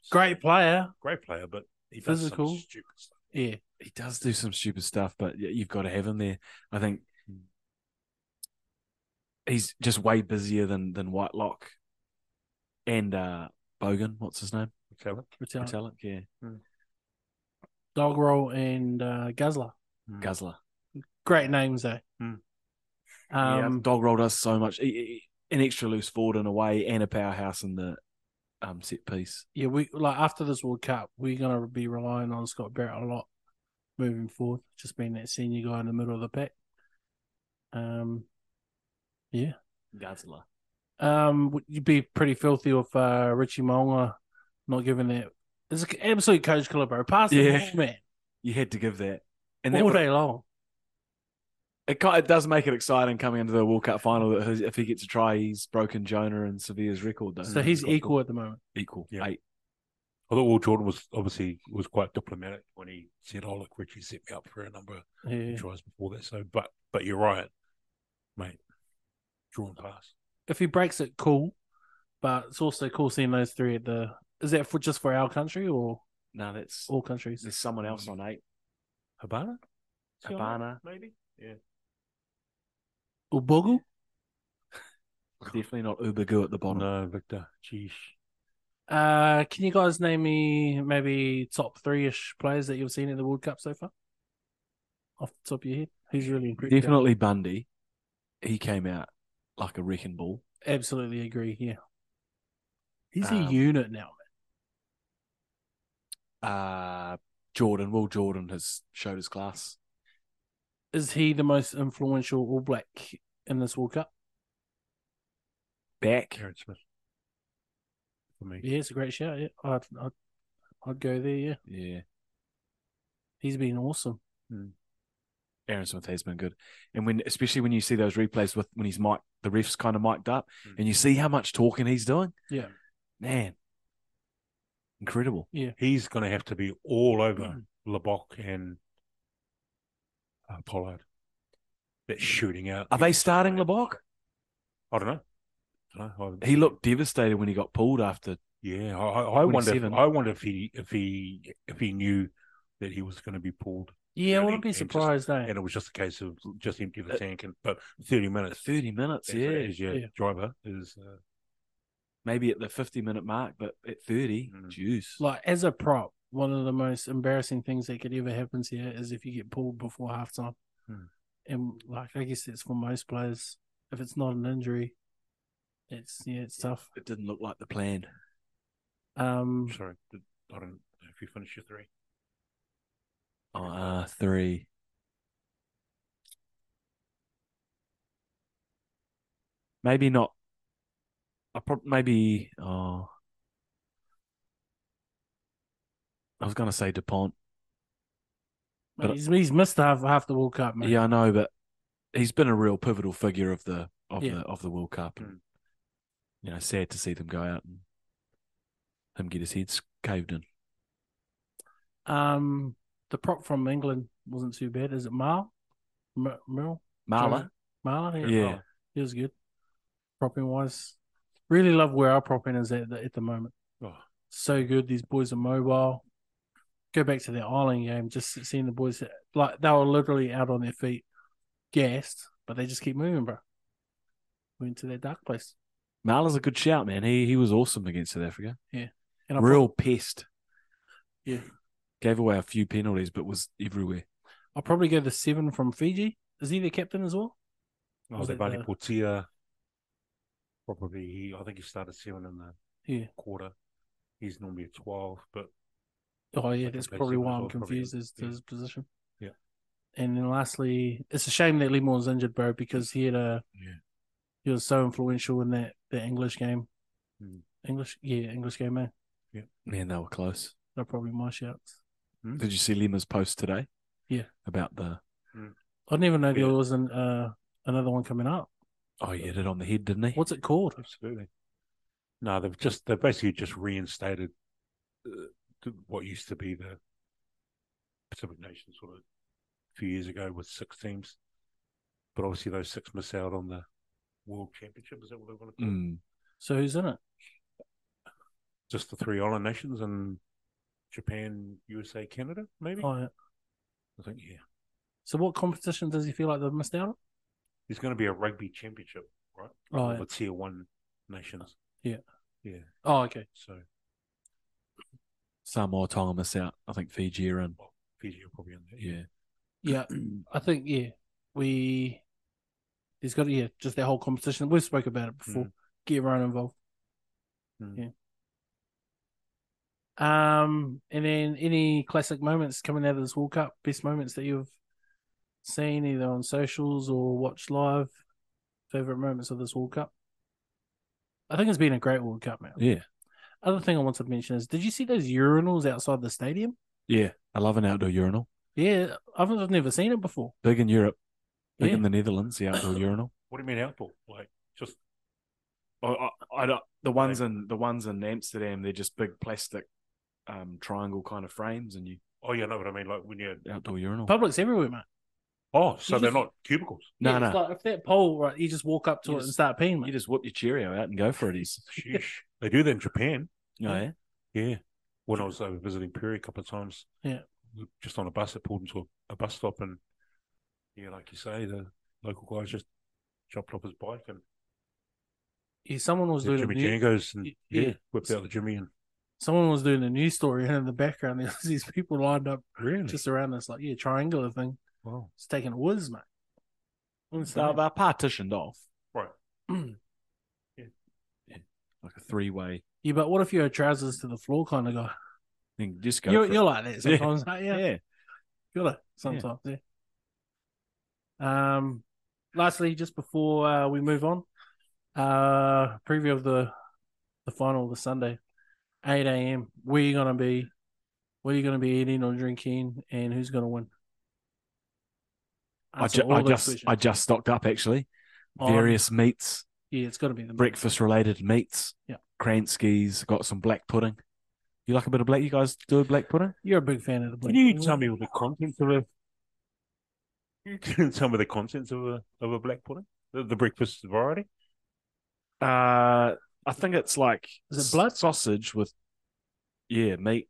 [SPEAKER 8] So,
[SPEAKER 6] Great player.
[SPEAKER 8] great player, but he does some
[SPEAKER 6] Physical.
[SPEAKER 8] stupid stuff.
[SPEAKER 6] Yeah.
[SPEAKER 7] he does do some stupid stuff, but y- you've got to have him there. I think he's just way busier than than Whitelock and uh Bogan. What's his name?
[SPEAKER 8] Okay,
[SPEAKER 6] Return.
[SPEAKER 7] Metallic, yeah,
[SPEAKER 6] Dog roll and uh Guzzler.
[SPEAKER 7] Guzzler.
[SPEAKER 6] Great names eh? though.
[SPEAKER 8] Hmm.
[SPEAKER 7] Um,
[SPEAKER 6] Um
[SPEAKER 7] dog roll does so much. He- he- an extra loose forward in a way, and a powerhouse in the um set piece.
[SPEAKER 6] yeah, we like after this World Cup, we're gonna be relying on Scott Barrett a lot moving forward, just being that senior guy in the middle of the pack. Um,
[SPEAKER 7] Guzzler.
[SPEAKER 6] um, would- you'd be pretty filthy with uh, Richie Monga not giving that. It's an absolute coach killer, bro. Pass the
[SPEAKER 7] Yeah.
[SPEAKER 6] ball, man,
[SPEAKER 7] You had to give that, and that
[SPEAKER 6] all
[SPEAKER 7] would,
[SPEAKER 6] day long.
[SPEAKER 7] it, ki- it does make it exciting coming into the World Cup final. That his- if he gets a try, he's broken Jonah and Sevilla's record. Though.
[SPEAKER 6] So he's equal at the moment.
[SPEAKER 7] equal,
[SPEAKER 8] Yeah.
[SPEAKER 7] eight.
[SPEAKER 8] Although Will Jordan was obviously was quite diplomatic when he said, "Oh look, Richie set me up for a number of
[SPEAKER 6] Yeah.
[SPEAKER 8] tries before that." So, but but you're right, mate. Draw and pass.
[SPEAKER 6] If he breaks it, cool. But it's also cool seeing those three at the. Is that for just for our country or
[SPEAKER 7] No, that's
[SPEAKER 6] all countries?
[SPEAKER 7] there's someone else on eight.
[SPEAKER 8] Habana,
[SPEAKER 7] Habana,
[SPEAKER 8] maybe. Yeah,
[SPEAKER 6] Ubugu?
[SPEAKER 7] definitely not Ubagu at the bottom.
[SPEAKER 8] no, Victor. Geez,
[SPEAKER 6] Uh, can you guys name me maybe top three ish players that you've seen in the World Cup so far? Off the top of your head, who's really intrigued?
[SPEAKER 7] Definitely Bundy. He came out like a wrecking ball.
[SPEAKER 6] Absolutely agree. Yeah, he's a
[SPEAKER 7] Um,
[SPEAKER 6] unit now.
[SPEAKER 7] Uh, Jordan, Will Jordan has showed his class.
[SPEAKER 6] Is he the most influential All Black in this World Cup?
[SPEAKER 7] Back.
[SPEAKER 8] Aaron Smith. For me.
[SPEAKER 6] Yeah, it's a great shout. Yeah, I'd, I'd, I'd go there. Yeah,
[SPEAKER 7] Yeah.
[SPEAKER 6] he's been awesome.
[SPEAKER 7] Aaron Smith has been good. And when especially when you see those replays with when he's mic the ref's kind of mic'd up
[SPEAKER 8] Mm.
[SPEAKER 7] and you see how much talking he's doing.
[SPEAKER 6] Yeah.
[SPEAKER 7] Man. Incredible.
[SPEAKER 8] He's going to have to be all
[SPEAKER 7] Mm.
[SPEAKER 8] over Lebok and uh, Pollard. That shooting out.
[SPEAKER 7] Are they starting LeBoc?
[SPEAKER 8] I don't know. I don't know. I haven't-
[SPEAKER 7] He looked devastated when he got pulled after
[SPEAKER 8] Yeah, I, I I wonder. If,
[SPEAKER 7] 27.
[SPEAKER 8] I wonder if he if he if he knew that he was going to be pulled,
[SPEAKER 6] Yeah, I
[SPEAKER 8] Really
[SPEAKER 6] wouldn't be
[SPEAKER 8] interesting.
[SPEAKER 6] surprised eh? though.
[SPEAKER 8] and it was just a case of just empty the tank. And but thirty minutes,
[SPEAKER 7] 30 minutes.
[SPEAKER 8] that's what it
[SPEAKER 7] Uh, Yeah.
[SPEAKER 8] is, yeah,
[SPEAKER 6] yeah.
[SPEAKER 8] driver is uh,
[SPEAKER 7] Maybe at the 50 minute mark, but at 30,
[SPEAKER 8] Mm.
[SPEAKER 7] juice.
[SPEAKER 6] Like as a prop, one of the most embarrassing things that could ever happen to you is if you get pulled before halftime.
[SPEAKER 8] Hmm.
[SPEAKER 6] And like I guess it's for most players. If it's not an injury, it's yeah, it's tough.
[SPEAKER 7] It didn't look like the plan.
[SPEAKER 6] Um,
[SPEAKER 7] Mm.
[SPEAKER 8] sorry. did- I don't know if you finished your three.
[SPEAKER 7] Oh, uh, three. Maybe not. I prob maybe. Oh, I was gonna say Dupont.
[SPEAKER 6] mate,
[SPEAKER 7] But-
[SPEAKER 6] he's, he's missed half half the World Cup, man.
[SPEAKER 7] Yeah, I know, but he's been a real pivotal figure of the of
[SPEAKER 6] Yeah.
[SPEAKER 7] the of the World Cup. And, You know, sad to see them go out and him get his head s- caved in.
[SPEAKER 6] Um, the prop from England wasn't too bad. Is it Marl? Mer- Merle?
[SPEAKER 7] Marla,
[SPEAKER 6] Marla? Yeah.
[SPEAKER 7] Yeah.
[SPEAKER 6] Marla. He was good. Propping wise. Really love where our propping is at the, at the moment.
[SPEAKER 8] Oh.
[SPEAKER 6] So good. These boys are mobile. Go back to the Ireland game, just seeing the boys, like, they were literally out on their feet, gassed, but they just keep moving, bro. Went to their dark place.
[SPEAKER 7] Marla's a good shout, man. He he was awesome against South Africa.
[SPEAKER 6] And I
[SPEAKER 7] real pest.
[SPEAKER 6] Yeah.
[SPEAKER 7] Gave away a few penalties, but was everywhere.
[SPEAKER 6] I'll probably go the seven from Fiji. Is he the captain as well?
[SPEAKER 8] Oh,
[SPEAKER 6] Was
[SPEAKER 8] the
[SPEAKER 6] it
[SPEAKER 8] Bunny
[SPEAKER 6] the-
[SPEAKER 8] Portia. Probably he. I think he started seven in the
[SPEAKER 6] Yeah.
[SPEAKER 8] quarter. He's normally a twelve, but
[SPEAKER 6] Oh yeah,
[SPEAKER 8] Like
[SPEAKER 6] that's
[SPEAKER 8] a basic
[SPEAKER 6] probably why
[SPEAKER 8] as
[SPEAKER 6] I'm
[SPEAKER 8] well, probably,
[SPEAKER 6] confused as to
[SPEAKER 8] yeah.
[SPEAKER 6] his position.
[SPEAKER 8] Yeah.
[SPEAKER 6] And then lastly, it's a shame that Lemon was injured, bro, because he had a
[SPEAKER 8] Yeah.
[SPEAKER 6] he was so influential in that that English game.
[SPEAKER 8] Mm.
[SPEAKER 6] English, yeah, English game, man.
[SPEAKER 7] Man, they were close.
[SPEAKER 6] They're probably my shouts.
[SPEAKER 7] Did you see Lima's post today?
[SPEAKER 6] Yeah.
[SPEAKER 7] About the
[SPEAKER 6] I didn't even know there
[SPEAKER 8] Yeah.
[SPEAKER 6] was an uh, another one coming up.
[SPEAKER 7] oh he hit it on the head, didn't he?
[SPEAKER 6] What's it called?
[SPEAKER 8] Absolutely. No, they've just they've basically just reinstated uh, th- what used to be the Pacific Nations sort of a few years ago with six teams, but obviously those six miss out on the World Championship. Is that what they want to call it?
[SPEAKER 7] Mm.
[SPEAKER 6] So who's in it?
[SPEAKER 8] Just the three island nations and Japan, USA, Canada, maybe.
[SPEAKER 6] Oh, yeah.
[SPEAKER 8] I think yeah.
[SPEAKER 6] So what competition does he feel like they've missed out on?
[SPEAKER 8] There's going to be a rugby championship, right?
[SPEAKER 6] Oh,
[SPEAKER 8] All
[SPEAKER 6] yeah.
[SPEAKER 8] the tier one nations.
[SPEAKER 6] Oh, okay.
[SPEAKER 8] So
[SPEAKER 7] Samoa Tonga miss out. I think Fiji are in.
[SPEAKER 8] Fiji are probably in there.
[SPEAKER 7] Yeah.
[SPEAKER 6] Yeah, I think yeah, we there's got to yeah just that whole competition. We've spoke about it before.
[SPEAKER 7] Mm.
[SPEAKER 6] Get everyone involved.
[SPEAKER 8] Mm.
[SPEAKER 6] Yeah. Um, and then any classic moments coming out of this World Cup? Best moments that you've seen either on socials or watched live. Favorite moments of this World Cup. I think it's been a great World Cup, man.
[SPEAKER 7] Yeah.
[SPEAKER 6] Other thing I want to mention is, did you see those urinals outside the stadium?
[SPEAKER 7] Yeah. I love an outdoor urinal.
[SPEAKER 6] Yeah, I've I've never seen it before.
[SPEAKER 7] Big in Europe. Big
[SPEAKER 6] Yeah.
[SPEAKER 7] in the Netherlands, the outdoor urinal.
[SPEAKER 8] What do you mean outdoor? Like just
[SPEAKER 7] Oh, I, I don't- the ones in the ones in Amsterdam, they're just big plastic um triangle kind of frames and you
[SPEAKER 8] oh yeah, no, but I mean like when you're
[SPEAKER 7] outdoor urinal.
[SPEAKER 6] Public's everywhere, mate.
[SPEAKER 8] Oh, so they're
[SPEAKER 6] just-
[SPEAKER 8] not cubicles.
[SPEAKER 7] No,
[SPEAKER 6] yeah, it's
[SPEAKER 7] no.
[SPEAKER 6] Like if that pole, right, you just walk up to
[SPEAKER 7] You
[SPEAKER 6] it and
[SPEAKER 7] just-
[SPEAKER 6] start peeing, mate.
[SPEAKER 7] you just whip your Cheerio out and go for it. Is
[SPEAKER 8] Sheesh. they do that in Japan.
[SPEAKER 7] oh, yeah.
[SPEAKER 8] Yeah. When I was over visiting Perry a couple of times.
[SPEAKER 6] Yeah.
[SPEAKER 8] Just on a bus, it pulled into a, a bus stop, and yeah, like you say, the local guys just jumped off his bike and
[SPEAKER 6] yeah, someone was
[SPEAKER 8] The
[SPEAKER 6] doing
[SPEAKER 8] Jimmy
[SPEAKER 6] a new,
[SPEAKER 8] Jangos and
[SPEAKER 6] y-
[SPEAKER 8] yeah,
[SPEAKER 6] yeah.
[SPEAKER 8] whipped out the Jimmy and
[SPEAKER 6] someone was doing a news story, and in the background there was these people lined up
[SPEAKER 7] Hmm.
[SPEAKER 8] really
[SPEAKER 6] just around this like yeah triangular thing.
[SPEAKER 8] wow.
[SPEAKER 6] It's taking a whiz, mate. Honestly,
[SPEAKER 7] They're, they're partitioned off
[SPEAKER 8] Right.
[SPEAKER 7] like a three way.
[SPEAKER 6] Yeah, but what if you're a trousers to the floor kind of guy?
[SPEAKER 7] Then just go.
[SPEAKER 6] You're,
[SPEAKER 7] for it.
[SPEAKER 6] you're like that
[SPEAKER 7] Yeah.
[SPEAKER 6] sometimes. Yeah, yeah.
[SPEAKER 7] yeah.
[SPEAKER 6] you're like sometimes. Yeah. Um. Lastly, just before uh, we move on, uh, preview of the the final this Sunday, eight a.m. Where you gonna be? What are you gonna be eating or drinking? And who's gonna win?
[SPEAKER 7] I,
[SPEAKER 6] Answer
[SPEAKER 7] ju-
[SPEAKER 6] all
[SPEAKER 7] I
[SPEAKER 6] those
[SPEAKER 7] just I
[SPEAKER 6] questions.
[SPEAKER 7] just stocked up actually.
[SPEAKER 6] On-
[SPEAKER 7] Various meats,
[SPEAKER 6] yeah, it's gonna be the
[SPEAKER 7] breakfast related meats.
[SPEAKER 6] Yeah.
[SPEAKER 7] Kranskis, got some black pudding. You like a bit of black? You guys do a black pudding?
[SPEAKER 6] You're a big fan of the. Blink.
[SPEAKER 8] Can you tell me all the contents of a? Can you tell me the contents of a of a black pudding? The, the breakfast variety.
[SPEAKER 7] Uh, I think it's like
[SPEAKER 6] Is it
[SPEAKER 7] s-
[SPEAKER 6] blood?
[SPEAKER 7] sausage with, yeah, meat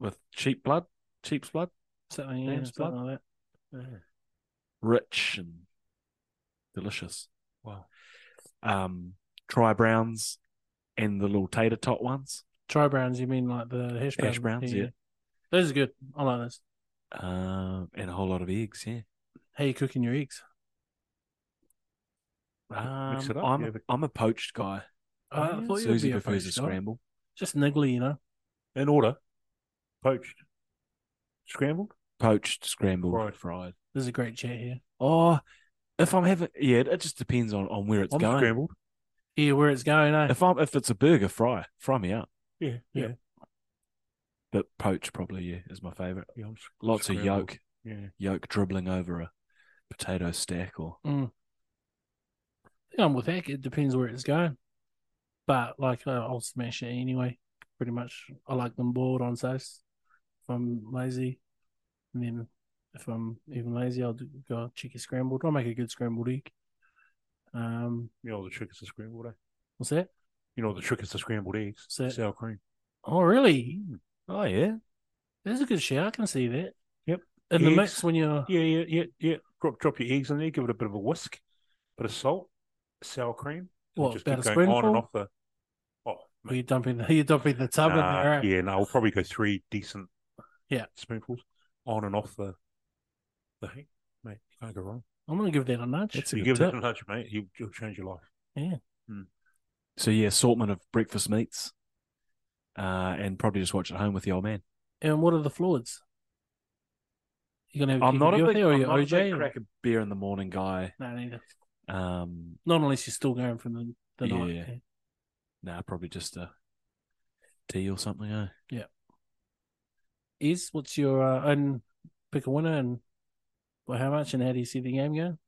[SPEAKER 7] with cheap blood, sheep's blood,
[SPEAKER 6] Something, yeah,
[SPEAKER 7] James
[SPEAKER 6] something like that.
[SPEAKER 7] rich and delicious.
[SPEAKER 8] Wow.
[SPEAKER 7] Um, try browns and the little tater tot ones.
[SPEAKER 6] Tri browns, you mean like the hash browns?
[SPEAKER 7] Hash browns, yeah.
[SPEAKER 6] Those are good. I like those.
[SPEAKER 7] Um, and a whole lot of eggs. Yeah.
[SPEAKER 6] How you cooking your eggs?
[SPEAKER 7] Um,
[SPEAKER 8] it up,
[SPEAKER 7] I'm,
[SPEAKER 8] yeah,
[SPEAKER 7] a,
[SPEAKER 8] but-
[SPEAKER 7] I'm a poached guy. Oh,
[SPEAKER 6] Uh, I thought you would
[SPEAKER 7] Susie
[SPEAKER 6] be a
[SPEAKER 7] prefers a
[SPEAKER 6] poached guy.
[SPEAKER 7] scramble.
[SPEAKER 6] Just niggly, you know.
[SPEAKER 8] In order, poached, scrambled.
[SPEAKER 7] Poached, scrambled,
[SPEAKER 8] Fried.
[SPEAKER 7] fried.
[SPEAKER 6] There's a great chat here.
[SPEAKER 7] Oh, if I'm having, yeah, it just depends on, on where it's
[SPEAKER 8] I'm
[SPEAKER 7] going.
[SPEAKER 8] scrambled.
[SPEAKER 6] Yeah, where it's going, eh?
[SPEAKER 7] If I'm if it's a burger, fry fry me up.
[SPEAKER 8] Yeah, yeah,
[SPEAKER 6] Yeah.
[SPEAKER 7] But poached probably yeah is my favorite.
[SPEAKER 8] yeah, I'm sc-
[SPEAKER 7] Lots
[SPEAKER 8] scrambled.
[SPEAKER 7] of yolk
[SPEAKER 8] Yeah,
[SPEAKER 7] yolk dribbling over a potato stack or
[SPEAKER 6] I think I'm with Heck. It depends where it's going. But like, uh, I'll smash it anyway. Pretty much, I like them boiled on toast. If I'm lazy, and then if I'm even lazy, I'll do, go chicken scrambled. I'll make a good scrambled egg. Um,
[SPEAKER 8] you know the trick is the scrambled. egg.
[SPEAKER 6] what's that?
[SPEAKER 8] You know the trick is the scrambled eggs,
[SPEAKER 6] What's that?
[SPEAKER 8] sour cream.
[SPEAKER 6] Oh, really?
[SPEAKER 7] oh yeah
[SPEAKER 6] There's a good shout. I can see that.
[SPEAKER 8] Yep.
[SPEAKER 6] In the
[SPEAKER 8] Yes.
[SPEAKER 6] mix when you're
[SPEAKER 8] Yeah, yeah, yeah, yeah. Drop drop your eggs in there. Give it a bit of a whisk, bit of salt, sour cream. and
[SPEAKER 6] What,
[SPEAKER 8] just
[SPEAKER 6] about
[SPEAKER 8] keep
[SPEAKER 6] a
[SPEAKER 8] going on and
[SPEAKER 6] spoonful?
[SPEAKER 8] off the. Oh,
[SPEAKER 6] Well,
[SPEAKER 8] mate,
[SPEAKER 6] you're dumping the, you're dumping the tub in
[SPEAKER 8] nah,
[SPEAKER 6] there, eh? right?
[SPEAKER 8] Uh, yeah. No, I'll probably go three decent.
[SPEAKER 6] Yeah.
[SPEAKER 8] spoonfuls on and off the. The heat, mate. You can't go wrong.
[SPEAKER 6] I'm gonna give that a nudge.
[SPEAKER 7] that's a
[SPEAKER 8] You
[SPEAKER 7] good
[SPEAKER 8] give
[SPEAKER 7] tip.
[SPEAKER 8] that a nudge, mate. You'll, you'll change your life.
[SPEAKER 7] So yeah, assortment of breakfast meats, uh, and probably just watch at home with the old man.
[SPEAKER 6] and what are the fluids? You gonna have
[SPEAKER 7] I'm not a big,
[SPEAKER 6] there or
[SPEAKER 7] I'm
[SPEAKER 6] your
[SPEAKER 7] not a big
[SPEAKER 6] OJ? or-
[SPEAKER 7] crack a beer in the morning guy.
[SPEAKER 6] No, neither.
[SPEAKER 7] Um,
[SPEAKER 6] Not unless you're still going from the, the night. Eh,
[SPEAKER 7] Yeah. nah, probably just a tea or something. Eh?
[SPEAKER 6] yeah. Is what's your uh, own pick a winner and well, how much and how do you see the game going?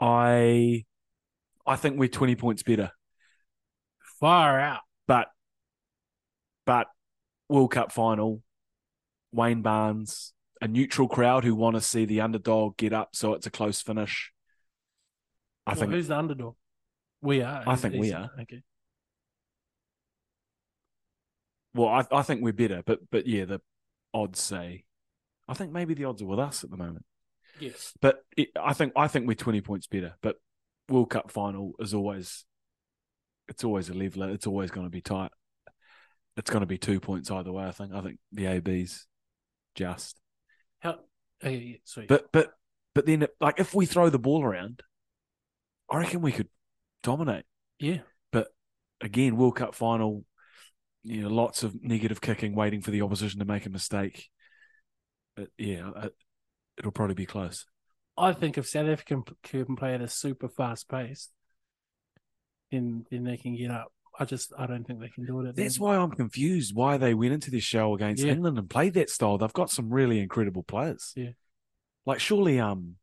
[SPEAKER 7] I I think we're twenty points better.
[SPEAKER 6] Far out.
[SPEAKER 7] but but World Cup final, Wayne Barnes, a neutral crowd who want to see the underdog get up, so it's a close finish. I
[SPEAKER 6] Well,
[SPEAKER 7] think
[SPEAKER 6] who's the underdog? We are.
[SPEAKER 7] I think we
[SPEAKER 6] Decent.
[SPEAKER 7] are.
[SPEAKER 6] Okay.
[SPEAKER 7] well, I, I think we're better, but but yeah, the odds say, I think maybe the odds are with us at the moment,
[SPEAKER 6] Yes.
[SPEAKER 7] but it, I think I think we're twenty points better. But World Cup final is always, it's always a leveler. It's always going to be tight. It's going to be two points either way. I think. I think the AB's just.
[SPEAKER 6] How okay, yeah, sweet.
[SPEAKER 7] But but but then like if we throw the ball around, I reckon we could dominate.
[SPEAKER 6] yeah.
[SPEAKER 7] Again, World Cup final, you know, lots of negative kicking, waiting for the opposition to make a mistake. But yeah, uh, it'll probably be close.
[SPEAKER 6] I think if South Africa can, can play at a super fast pace, then then they can get up. I just I don't think they can do it. At the
[SPEAKER 7] That's
[SPEAKER 6] moment.
[SPEAKER 7] why I'm confused why they went into this show against
[SPEAKER 6] Yeah.
[SPEAKER 7] England and played that style. They've got some really incredible players.
[SPEAKER 6] Yeah.
[SPEAKER 7] Like surely um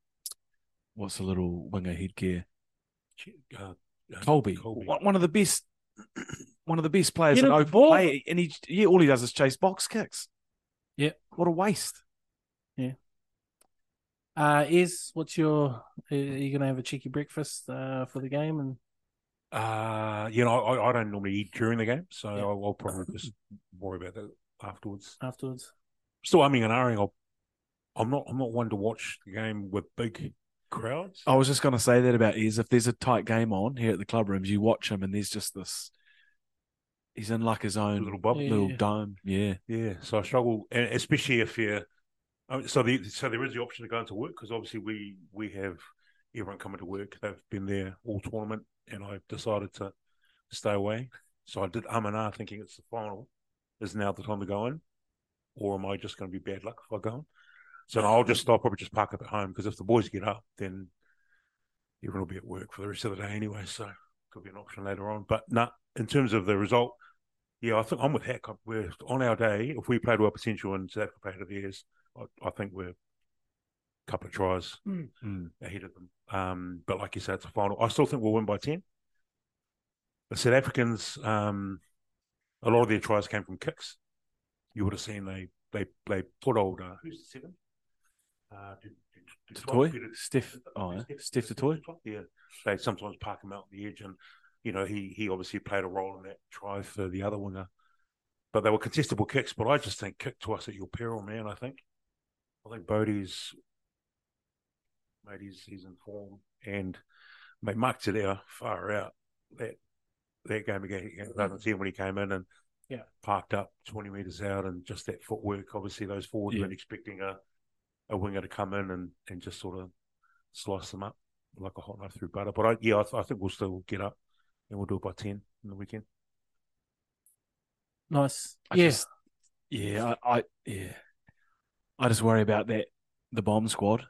[SPEAKER 7] what's the little winger headgear?
[SPEAKER 8] Uh, uh,
[SPEAKER 7] Colby,
[SPEAKER 8] Colby.
[SPEAKER 7] One, one of the best, one of the best players
[SPEAKER 6] Get
[SPEAKER 7] in
[SPEAKER 6] him the
[SPEAKER 7] open
[SPEAKER 6] ball.
[SPEAKER 7] play, and he yeah, all he does is chase box kicks.
[SPEAKER 6] Yeah.
[SPEAKER 7] what a waste.
[SPEAKER 6] Uh, is what's your? Are you gonna have a cheeky breakfast uh, for the game? And
[SPEAKER 8] Uh, you know, I, I don't normally eat during the game, so
[SPEAKER 6] Yeah.
[SPEAKER 8] I'll, I'll probably just worry about that afterwards.
[SPEAKER 6] afterwards,
[SPEAKER 8] Still, I mean, and ahhing, I'll, I'm not, I'm not one to watch the game with big crowds.
[SPEAKER 7] I was just going to say that about is if there's a tight game on here at the club rooms, you watch him and there's just this. He's in like his own
[SPEAKER 8] Little bubble.
[SPEAKER 7] little
[SPEAKER 6] Yeah.
[SPEAKER 7] dome. Yeah,
[SPEAKER 8] Yeah, so I struggle, and especially if you're. I mean, so the so there is the option to go into work because obviously we we have everyone coming to work. They've been there all tournament, and I've decided to stay away. So I did um and ah thinking it's the final. Is now the time to go in, or am I just going to be bad luck if I go in? So I'll just I'll probably just park up at home because if the boys get up, then everyone will be at work for the rest of the day anyway. So could be an option later on. But no, in terms of the result, yeah, I think I'm with Hack. We're on our day. If we played well potential and South Africa played to theirs, I, I think we're a couple of tries mm, ahead of them. Um, but like you said, it's a final. I still think we'll win by ten. The South Africans, um, a lot of their tries came from kicks. You would have seen they they they put old uh, who's the seven? Uh, Du- Du- Du-
[SPEAKER 7] Toy
[SPEAKER 8] Peter-
[SPEAKER 7] Steph. Oh, eh? Steph the toy.
[SPEAKER 8] yeah, they sometimes park him out on the edge, and you know he he obviously played a role in that try for the other winger. But they were contestable kicks. But I just think kick to us at your peril, man. I think I think Bodie's made his he's in form, and mate Mark Tadeo far out that that game again. I
[SPEAKER 7] Mm.
[SPEAKER 8] see him when he came in and
[SPEAKER 6] Yeah.
[SPEAKER 8] parked up twenty meters out, and just that footwork. Obviously, those forwards weren't expecting a a winger to come in and and just sort of slice them up like a hot knife through butter. But I, yeah, I, th- I think we'll still get up and we'll do it by 10 in the weekend.
[SPEAKER 6] Nice.
[SPEAKER 7] I
[SPEAKER 6] yeah.
[SPEAKER 7] just- yeah, I, I yeah, I just worry about that the bomb squad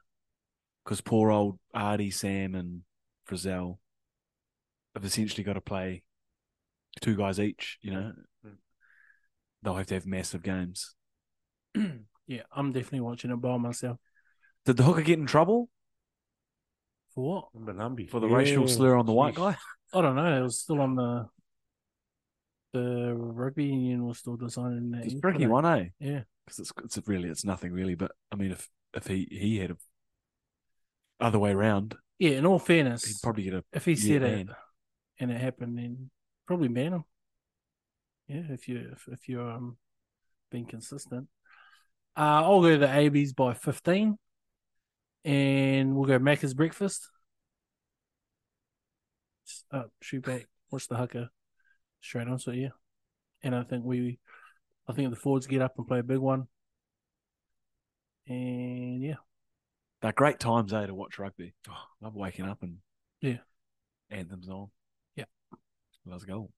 [SPEAKER 7] because poor old Artie, Sam, and Frizzell have essentially got to play two guys each. You know,
[SPEAKER 8] Mm.
[SPEAKER 7] they'll have to have massive games.
[SPEAKER 6] yeah, I'm definitely watching it by myself.
[SPEAKER 7] Did the hooker get in trouble
[SPEAKER 6] For what?
[SPEAKER 8] Mbanambi.
[SPEAKER 7] for the racial slur on the white guy?
[SPEAKER 6] I don't know. It was still on the the rugby union was still designing that.
[SPEAKER 7] It's
[SPEAKER 6] yesterday.
[SPEAKER 7] tricky one, eh?
[SPEAKER 6] Yeah.
[SPEAKER 7] because it's it's really it's nothing really. But I mean, if if he he had a other way round,
[SPEAKER 6] Yeah. In all fairness,
[SPEAKER 7] he'd probably get a
[SPEAKER 6] if he
[SPEAKER 7] yeah,
[SPEAKER 6] said it
[SPEAKER 7] man.
[SPEAKER 6] and it happened, then probably ban him. Yeah, if you if, if you're um being consistent, uh, I'll go the ABs by fifteen, and we'll go Macca's breakfast. S- Uh, shoot back, watch the hooker, straight on. So yeah, and I think we, I think the Fords get up and play a big one, and yeah,
[SPEAKER 7] They're great times, eh, to watch rugby. Oh, I love waking up and
[SPEAKER 6] Yeah.
[SPEAKER 7] anthems on.
[SPEAKER 6] Yeah.
[SPEAKER 7] let's go.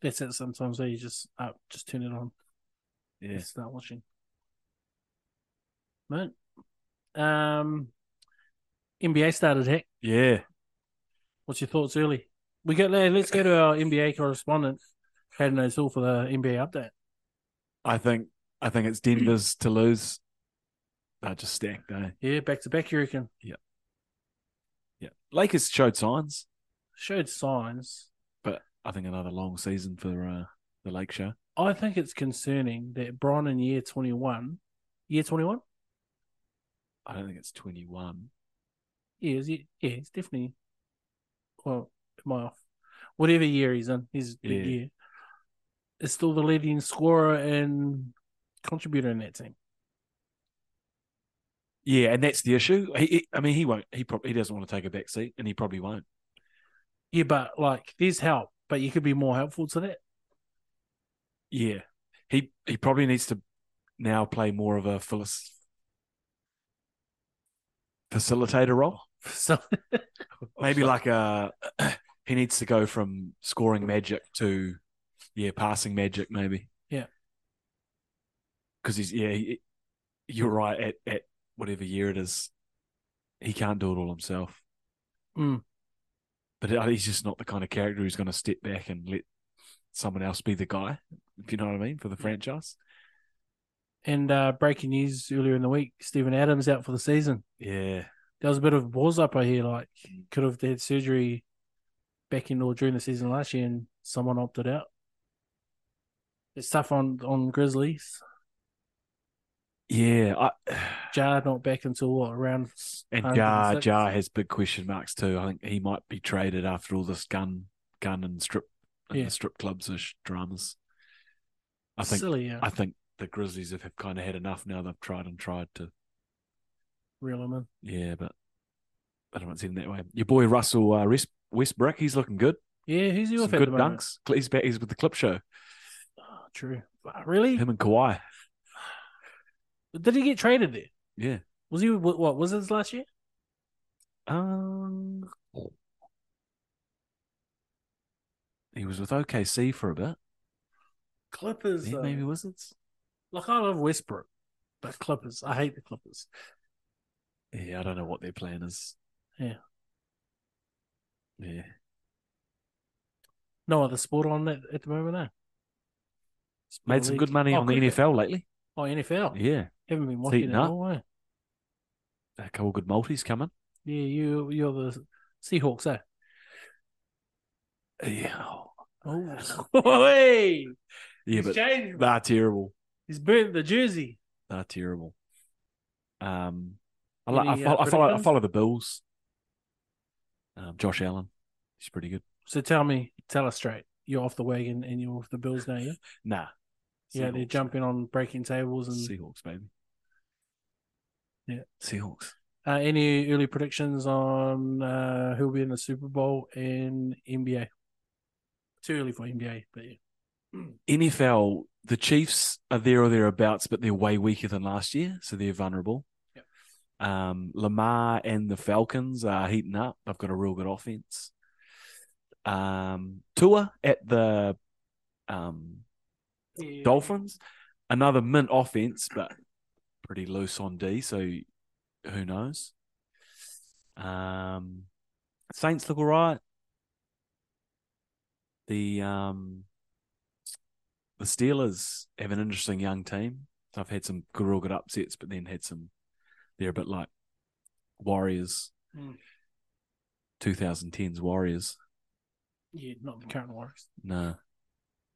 [SPEAKER 6] that's it. Sometimes they just uh, just turn it on.
[SPEAKER 7] Yeah,
[SPEAKER 6] It's not watching. Mate. Um NBA started heck.
[SPEAKER 7] yeah.
[SPEAKER 6] What's your thoughts early? We got there, let's go to our NBA correspondent, Hayden O'Toole for the NBA update.
[SPEAKER 7] I think I think it's Denver's to lose. They're just stacked, eh?
[SPEAKER 6] Yeah, back to back you reckon.
[SPEAKER 7] Yeah, Lakers showed signs,
[SPEAKER 6] Showed signs.
[SPEAKER 7] but I think another long season for uh, the Lake Show.
[SPEAKER 6] I think it's concerning that Bron in year twenty one year twenty one?
[SPEAKER 7] I don't think it's twenty one.
[SPEAKER 6] Yeah, is he, yeah, it's definitely well, am I off? Whatever year he's in, his big
[SPEAKER 7] Yeah.
[SPEAKER 6] year. Is still the leading scorer and contributor in that team.
[SPEAKER 7] Yeah, and that's the issue. He, he- I mean, he won't. He probably he doesn't want to take a back seat, and he probably won't.
[SPEAKER 6] Yeah, but like there's help, but you could be more helpful to that.
[SPEAKER 7] Yeah, he he probably needs to now play more of a falis- facilitator role.
[SPEAKER 6] So
[SPEAKER 7] Maybe like a he needs to go from scoring magic to yeah passing magic maybe.
[SPEAKER 6] Yeah.
[SPEAKER 7] because he's yeah he, you're right at at whatever year it is, he can't do it all himself.
[SPEAKER 6] Mm.
[SPEAKER 7] But uh, he's just not the kind of character who's going to step back and let someone else be the guy. If you know what I mean for the franchise.
[SPEAKER 6] and uh breaking news earlier in the week, Stephen Adams out for the season.
[SPEAKER 7] Yeah.
[SPEAKER 6] There was a bit of balls up I hear, like could have had surgery back in or during the season last year and someone opted out. It's tough on on Grizzlies.
[SPEAKER 7] Yeah, I,
[SPEAKER 6] Jar not back until what around
[SPEAKER 7] and
[SPEAKER 6] Hundred
[SPEAKER 7] Jar
[SPEAKER 6] and six.
[SPEAKER 7] Jar has big question marks too. I think he might be traded after all this gun, gun and strip, and
[SPEAKER 6] Yeah.
[SPEAKER 7] the strip clubs ish dramas. I think
[SPEAKER 6] silly yeah,
[SPEAKER 7] I think the Grizzlies have, have kind of had enough now. They've tried and tried to,
[SPEAKER 6] real man.
[SPEAKER 7] yeah, but I don't want to see him that way. Your boy Russell uh, West, Westbrook, he's looking good.
[SPEAKER 6] Yeah, who's he
[SPEAKER 7] Some
[SPEAKER 6] off at
[SPEAKER 7] good
[SPEAKER 6] the moment?
[SPEAKER 7] dunks. He's back. He's with the clip show.
[SPEAKER 6] Oh, true. Wow, Really?
[SPEAKER 7] Him and Kawhi.
[SPEAKER 6] Did he get traded there?
[SPEAKER 7] Yeah.
[SPEAKER 6] Was he what? what was this last year?
[SPEAKER 7] Um, he was with OKC for a bit.
[SPEAKER 6] Clippers.
[SPEAKER 7] Yeah,
[SPEAKER 6] though.
[SPEAKER 7] maybe Wizards.
[SPEAKER 6] Like I love Westbrook, but Clippers. I hate the Clippers.
[SPEAKER 7] Yeah, I don't know what their plan is.
[SPEAKER 6] Yeah.
[SPEAKER 7] Yeah.
[SPEAKER 6] No other sport on that at the moment, though. Sport
[SPEAKER 7] Made some
[SPEAKER 6] league.
[SPEAKER 7] good money
[SPEAKER 6] Oh,
[SPEAKER 7] on the
[SPEAKER 6] cricket.
[SPEAKER 7] NFL lately.
[SPEAKER 6] Oh, NFL.
[SPEAKER 7] Yeah.
[SPEAKER 6] Haven't been watching it
[SPEAKER 7] heating
[SPEAKER 6] at
[SPEAKER 7] up.
[SPEAKER 6] all. eh?
[SPEAKER 7] A couple good multis coming.
[SPEAKER 6] Yeah, you you're the Seahawks, eh?
[SPEAKER 7] Yeah.
[SPEAKER 6] Oh, hey,
[SPEAKER 7] Yeah,
[SPEAKER 6] he's
[SPEAKER 7] but
[SPEAKER 6] changed.
[SPEAKER 7] they're terrible.
[SPEAKER 6] He's burnt the jersey.
[SPEAKER 7] They're terrible. Um, I, like, I,
[SPEAKER 6] Any, uh,
[SPEAKER 7] follow, I follow I
[SPEAKER 6] predictions?
[SPEAKER 7] follow the Bills. Um, Josh Allen, he's pretty good.
[SPEAKER 6] So tell me, tell us straight. You're off the wagon and you're off the Bills now, yeah?
[SPEAKER 7] Nah,
[SPEAKER 6] Yeah, they're
[SPEAKER 7] Seahawks.
[SPEAKER 6] jumping on breaking tables and
[SPEAKER 7] Seahawks, baby.
[SPEAKER 6] Yeah.
[SPEAKER 7] Seahawks.
[SPEAKER 6] Uh, any early predictions on uh, who'll be in the Super Bowl and NBA? Too early for NBA, but yeah.
[SPEAKER 7] NFL, the Chiefs are there or thereabouts, but they're way weaker than last year, so they're vulnerable.
[SPEAKER 6] Yep.
[SPEAKER 7] Um, Lamar and the Falcons are heating up. They've got a real good offense. Um, Tua at the um, Dolphins, another mint offense, but pretty loose on D. So who knows? Um, Saints look all right. The um, the Steelers have an interesting young team. I've had some good, real good upsets, but then had some. They're a bit like Warriors,
[SPEAKER 6] Mm.
[SPEAKER 7] 2010s Warriors.
[SPEAKER 6] Yeah, not the current Warriors.
[SPEAKER 7] No,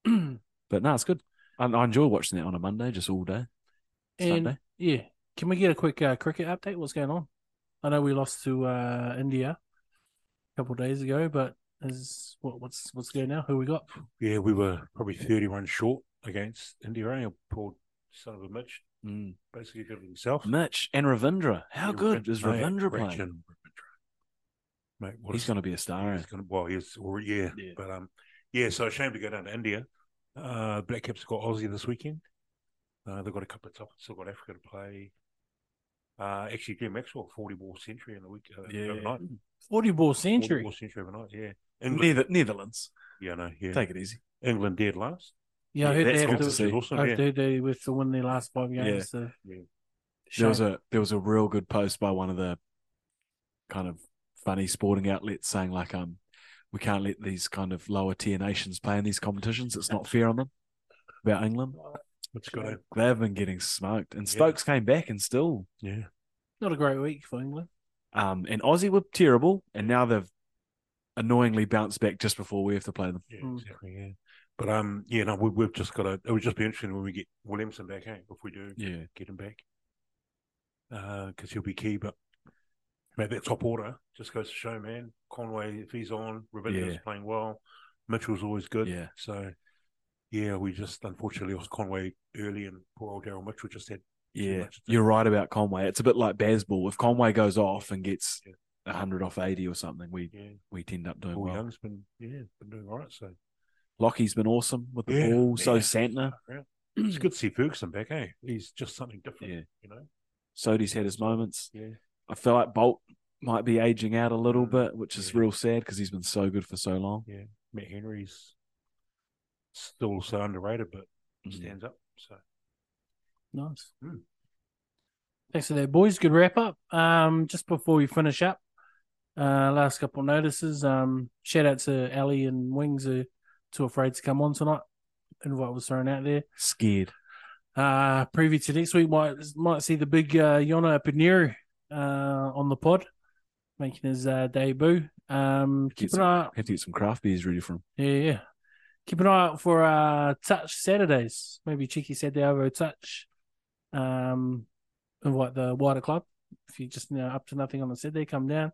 [SPEAKER 7] but no, it's good. I, I enjoy watching that on a Monday, just all day.
[SPEAKER 6] and
[SPEAKER 7] Sunday.
[SPEAKER 6] yeah, can we get a quick uh, cricket update? What's going on? I know we lost to uh, India a couple of days ago, but is what, what's what's going now? Who we got?
[SPEAKER 8] Yeah, we were probably 30 runs short against India. eh? A poor son of a Mitch
[SPEAKER 7] Mm.
[SPEAKER 8] basically did it himself.
[SPEAKER 7] Mitch and Ravindra. How
[SPEAKER 8] Yeah,
[SPEAKER 7] good is
[SPEAKER 8] mate,
[SPEAKER 7] Ravindra playing?
[SPEAKER 8] Rachin- Ravindra. Mate, what
[SPEAKER 7] He's going to be a star.
[SPEAKER 8] He's
[SPEAKER 7] eh?
[SPEAKER 8] gonna, well, he's already, yeah,
[SPEAKER 7] Yeah.
[SPEAKER 8] but um, yeah. So a shame to go down to India. Uh, Black Caps have got Aussie this weekend. Uh, they've got a couple of topics. They've got Africa to play. Uh, actually, Glenn Maxwell, forty ball century in the week uh,
[SPEAKER 7] Yeah.
[SPEAKER 8] overnight.
[SPEAKER 6] 40 ball
[SPEAKER 8] 40
[SPEAKER 6] century.
[SPEAKER 8] ball century overnight. Yeah, England.
[SPEAKER 7] Nether- Netherlands.
[SPEAKER 8] Yeah, no, yeah.
[SPEAKER 7] Take it easy.
[SPEAKER 8] England dead last.
[SPEAKER 6] Yeah, I
[SPEAKER 7] Yeah,
[SPEAKER 6] heard
[SPEAKER 7] that's
[SPEAKER 6] they
[SPEAKER 7] good
[SPEAKER 6] have
[SPEAKER 7] to
[SPEAKER 6] to,
[SPEAKER 7] see.
[SPEAKER 8] Which is awesome,
[SPEAKER 6] I
[SPEAKER 8] yeah.
[SPEAKER 6] heard they with to win their last five
[SPEAKER 7] Yeah.
[SPEAKER 6] games. So.
[SPEAKER 8] Yeah. There
[SPEAKER 7] There was
[SPEAKER 6] Shame.
[SPEAKER 7] a there was a real good post by one of the kind of funny sporting outlets saying like um we can't let these kind of lower tier nations play in these competitions. It's not fair on them. About England,
[SPEAKER 8] It's got a
[SPEAKER 7] they've been getting smoked, and Stokes came back and still
[SPEAKER 8] yeah.
[SPEAKER 6] Not a great week for England.
[SPEAKER 7] um and Aussie were terrible, and now they've annoyingly bounced back just before we have to play them.
[SPEAKER 8] Yeah,
[SPEAKER 6] Mm.
[SPEAKER 8] exactly. Yeah, but um, yeah, no, we, we've just got to. It would just be interesting when we get Williamson back, hey, if we do
[SPEAKER 7] Yeah,
[SPEAKER 8] get him back, because he'll be key. But maybe that top order just goes to show, man. Conway, if he's on, Ravindra's
[SPEAKER 7] Yeah.
[SPEAKER 8] playing well. Mitchell's always good.
[SPEAKER 7] Yeah.
[SPEAKER 8] So, yeah, we just unfortunately lost Conway early, and poor old Daryl Mitchell just had. too
[SPEAKER 7] yeah,
[SPEAKER 8] much to do.
[SPEAKER 7] you're right about Conway. It's a bit like Basball. If Conway goes off and gets
[SPEAKER 8] Yeah.
[SPEAKER 7] hundred off eighty or something, we
[SPEAKER 8] Yeah,
[SPEAKER 7] we end up doing
[SPEAKER 8] Paul
[SPEAKER 7] Oh, well.
[SPEAKER 8] Young's been yeah been doing all right. So
[SPEAKER 7] Lockie's been awesome with the
[SPEAKER 8] Yeah,
[SPEAKER 7] ball. So
[SPEAKER 8] yeah.
[SPEAKER 7] Santner.
[SPEAKER 8] Yeah. it's good to see Ferguson back, eh? He's just something different.
[SPEAKER 7] Yeah.
[SPEAKER 8] You know.
[SPEAKER 7] Sodi's had his moments.
[SPEAKER 8] Yeah.
[SPEAKER 7] I feel like Bolt might be aging out a little
[SPEAKER 8] Mm,
[SPEAKER 7] bit, which is
[SPEAKER 8] yeah.
[SPEAKER 7] real sad because he's been so good for so long.
[SPEAKER 8] Matt Henry's still so underrated, but
[SPEAKER 7] Mm.
[SPEAKER 8] stands up. So
[SPEAKER 6] Nice.
[SPEAKER 8] Hmm.
[SPEAKER 6] Thanks for that, boys. Good wrap up. Um, just before we finish up, uh, last couple notices. Um, shout out to Ali and Wings who are too afraid to come on tonight. Invite was thrown out there.
[SPEAKER 7] Scared.
[SPEAKER 6] Uh, preview to next week might might see the big uh, Yona Pinero uh on the pod making his uh, debut. Um, keep
[SPEAKER 7] Yes.
[SPEAKER 6] an eye
[SPEAKER 7] Have to get some craft beers ready for him.
[SPEAKER 6] yeah, yeah. Keep an eye out for uh Touch Saturdays. Maybe Cheeky Saturday over Touch. Um invite the wider club. If you're just you know, up to nothing on the Saturday, come down